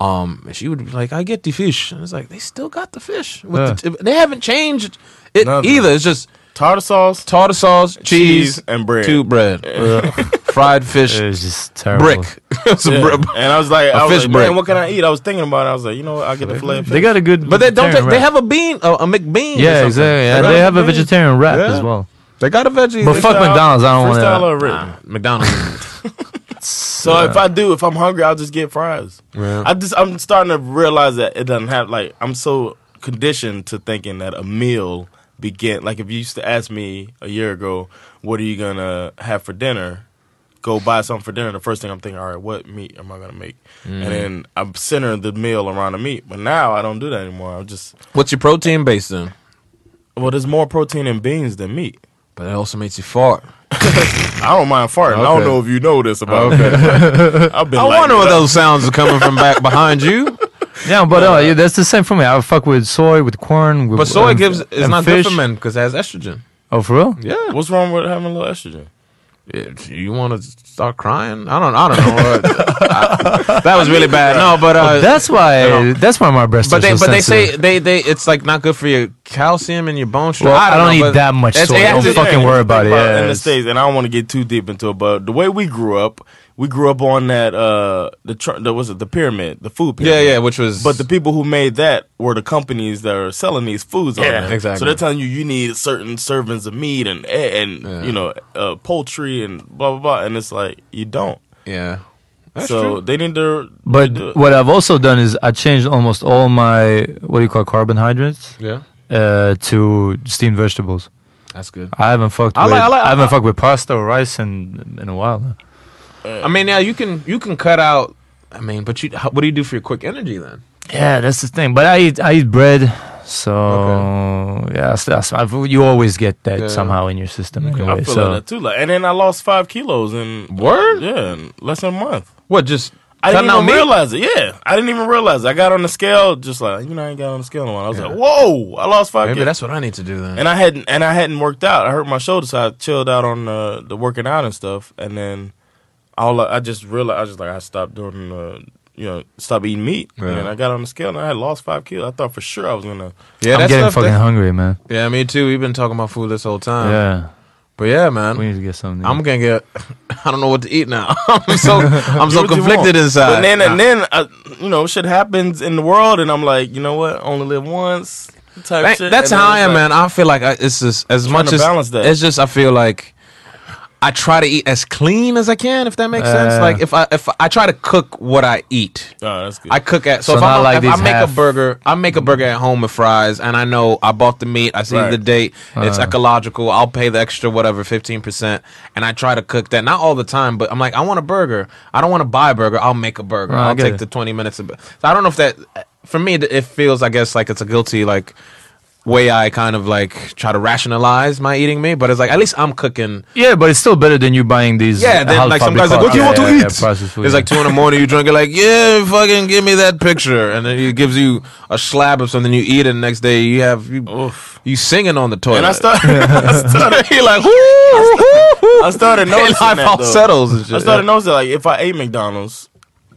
Um, and she would be like, "I get the fish," and it's like they still got the fish. With the t- they haven't changed it Nothing. either. It's just Tartar sauce. tartar sauce, cheese, Cheese and bread. two bread, fried fish, It was just terrible. brick. It's a Yeah. brick. And I was like, I was fish like, bread. man, what can I eat? I was thinking about it. I was like, you know what? I get the fillet of They fish. got a good. But they don't. They, vegetarian they wrap. have a bean, a, a McBean. or Yeah, something. exactly. Yeah, got they have a McBean. vegetarian wrap Yeah. as well. They got a veggie. But fuck McDonald's. I don't Freestyle want or written? Nah, McDonald's. So if I do, if I'm hungry, I'll just get fries. I just I'm starting to realize that it doesn't have like I'm so conditioned to thinking that a meal begin like if you used to ask me a year ago, what are you gonna have for dinner? Go buy something for dinner. The first thing I'm thinking, all right, what meat am I gonna make? And then I'm centering the meal around the meat. But now I don't do that anymore. I'm just What's your protein based in? well, there's more protein in beans than meat. But it also makes you fart. I don't mind farting. I Okay. don't know if you know this about me. I've been I like, wonder where those sounds are coming from back behind you. to. Yeah, but uh, yeah, that's the same for me. I fuck with soy, with corn, with But soy and- gives is and not fish. good for men because it has estrogen. Oh, for real? Yeah. What's wrong with having a little estrogen? If you want to start crying? I don't. I don't know. I- that was really bad. No, but uh, Oh, That's why. That's why my breasts. but are they so but they sensitive. say they they it's like not good for your calcium and your bone strength. Well, I don't know, eat but that much it's- soy. it has Don't to- fucking worry about it, yeah, in the it's- states, and I don't want to get too deep into it, but the way we grew up, we grew up on that uh the tr- the was it the pyramid, the food Yeah, pyramid. yeah. Which was But the people who made that were the companies that are selling these foods. Yeah, on there. exactly. So they're telling you you need certain servings of meat and eh, and you know uh, poultry and blah blah blah, and it's like you don't. yeah. That's so true. they need to. But what I've also done is I changed almost all my what do you call it, carbohydrates yeah, uh, to steamed vegetables. that's good. I haven't fucked. I with, like- I like- haven't fucked with pasta or rice in in a while. I mean, now you can you can cut out. I mean, but you how, what do you do for your quick energy then? Yeah, that's the thing. But I eat I eat bread, so yeah, that's, that's, I've, you always get that Yeah. somehow in your system I'm feeling anyway. So that too. Like, and then I lost five kilos in Word? Yeah, in less than a month. What just I didn't cutting out even meat? realize it. Yeah, I didn't even realize. It. I got on the scale just like you know I ain't got on the scale in a while. I was like, whoa, I lost five. Maybe kilos. that's what I need to do then. and I hadn't and I hadn't worked out. I hurt my shoulder, so I chilled out on the the working out and stuff. And then all I I just realized I was just like I stopped doing uh, you know stopped eating meat. Yeah. And then I got on the scale and I had lost five kilos. I thought for sure I was gonna. yeah, I'm that getting stuff fucking that- hungry, man. Yeah, me too. We've been talking about food this whole time. yeah, But yeah, man, we need to get something. I'm gonna get. I don't know what to eat now. I'm so I'm so Do what you conflicted want. inside. But then Nah. and then I, you know shit happens in the world, and I'm like you know what, only live once. Type Thank- shit. that's And how then I am, it's like- man. I feel like I, it's just as much to as balance that. it's just I feel like I try to eat as clean as I can, if that makes sense. Uh. Like if I if I try to cook what I eat. Oh, that's good. I cook at so, So if, not I'm, like if I these make a half- burger, I make a burger at home with fries, and I know I bought the meat, I see Right. the date, it's Uh. ecological. I'll pay the extra whatever fifteen percent, and I try to cook that not all the time, but I'm like I want a burger. I don't want to buy a burger. I'll make a burger. Right, I I'll get take it. the twenty minutes. Of, so I don't know if that for me it feels I guess like it's a guilty like way I kind of like try to rationalize my eating me, but it's like at least I'm cooking. yeah, but it's still better than you buying these. Yeah, then halal like some guys like, what do you fabricated- want to yeah, eat? yeah, processed food, it's like yeah. two in the morning. You drink it like, yeah, fucking give me that picture, and then he gives you a slab of something you eat, and the next day you have you, you singing on the toilet. and I started. I started. You're like, whoo, I started noticing life that, all though. settles and shit. I started noticing like if I ate McDonald's,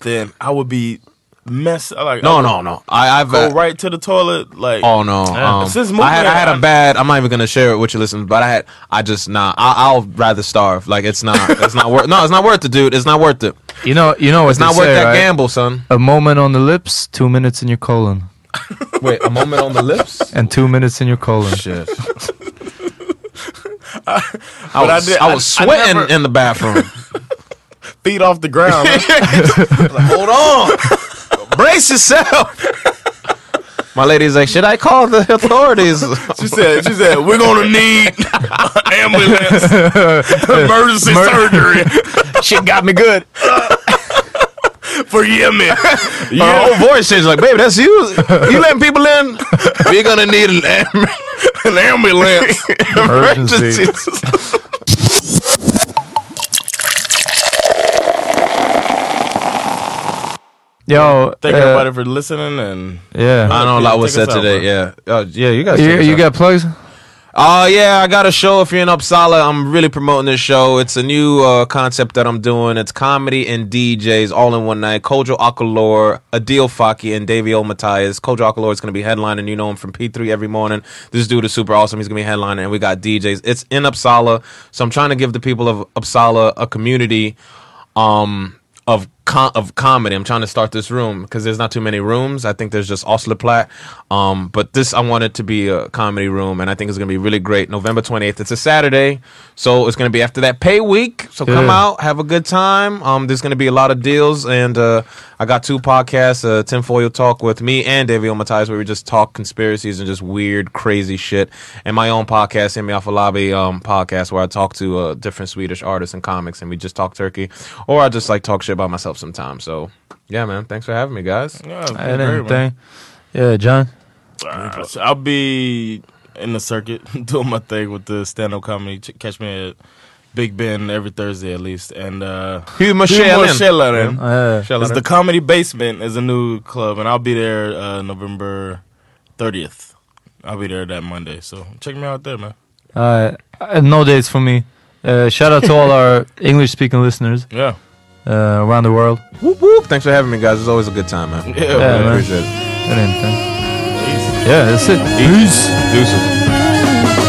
then I would be mess. Like I no, would no, no. I, I've go uh, right to the toilet. Like Oh no! Yeah. Um, Since moving I had I had a I'm- bad. I'm not even gonna share it with you, listeners. But I had I just nah. I, I'll rather starve. Like it's not. It's not worth. No, it's not worth it, dude. It's not worth it. you know, you know, It's not worth that gamble, son. A moment on the lips, two minutes in your colon, Wait, a moment on the lips. and two minutes in your colon. Shit. I I was, I did- I- was I sweating never- in the bathroom. feet off the ground. Hold on. Brace yourself. My lady's like, should I call the authorities? she said, "She said we're gonna need ambulance, emergency surgery Shit got me good. for Yemen." Your whole voice changed. Like, baby, that's you. You letting people in? We're gonna need an, am- an ambulance. Emergency. Yo, Thank uh, everybody for listening, and Yeah. I don't know what was Take said us out, today. bro. yeah, oh, yeah, you guys. You, you got plugs? Oh yeah, I got a show. If you're in Uppsala, I'm really promoting this show. It's a new uh, concept that I'm doing. It's comedy and DJs all in one night. Kojo Akolor, Adil Faki, and Davio Matias. Kojo Akolor is going to be headlining. You know him from P3 every morning. This dude is super awesome. He's going to be headlining, and we got DJs. It's in Uppsala, so I'm trying to give the people of Uppsala a community um of com- of comedy. I'm trying to start this room because there's not too many rooms. I think there's just Osleplat. Um, but this I want it to be a comedy room, and I think it's gonna be really great. November 28th. It's a Saturday, so it's gonna be after that pay week. So come Yeah. out, have a good time. Um, there's gonna be a lot of deals, and uh, I got two podcasts: uh, Tim Foyle Talk with me and Davey Matias, where we just talk conspiracies and just weird, crazy shit, and my own podcast, Hit Me Off a Lobby um, podcast, where I talk to uh, different Swedish artists and comics, and we just talk turkey, or I just like talk shit by myself sometimes. So, yeah, man, thanks for having me, guys. yeah, I didn't think. Yeah, John. Uh, so I'll be in the circuit doing my thing with the stand up comedy. Ch- Catch me at Big Ben every Thursday at least. And uh Hugh Humor Michelle. Shellaren. Uh, It's the Comedy Basement is a new club and I'll be there uh November 30th. I'll be there that Monday. So check me out there, man. uh, uh, no dates for me. Uh, shout out to all our English speaking listeners Yeah. uh, around the world. Whoop, whoop. Thanks for having me, guys. It's always a good time, man. Yeah, man. man. Appreciate it. I didn't think. Yeah, that's it. Peace. Deuces.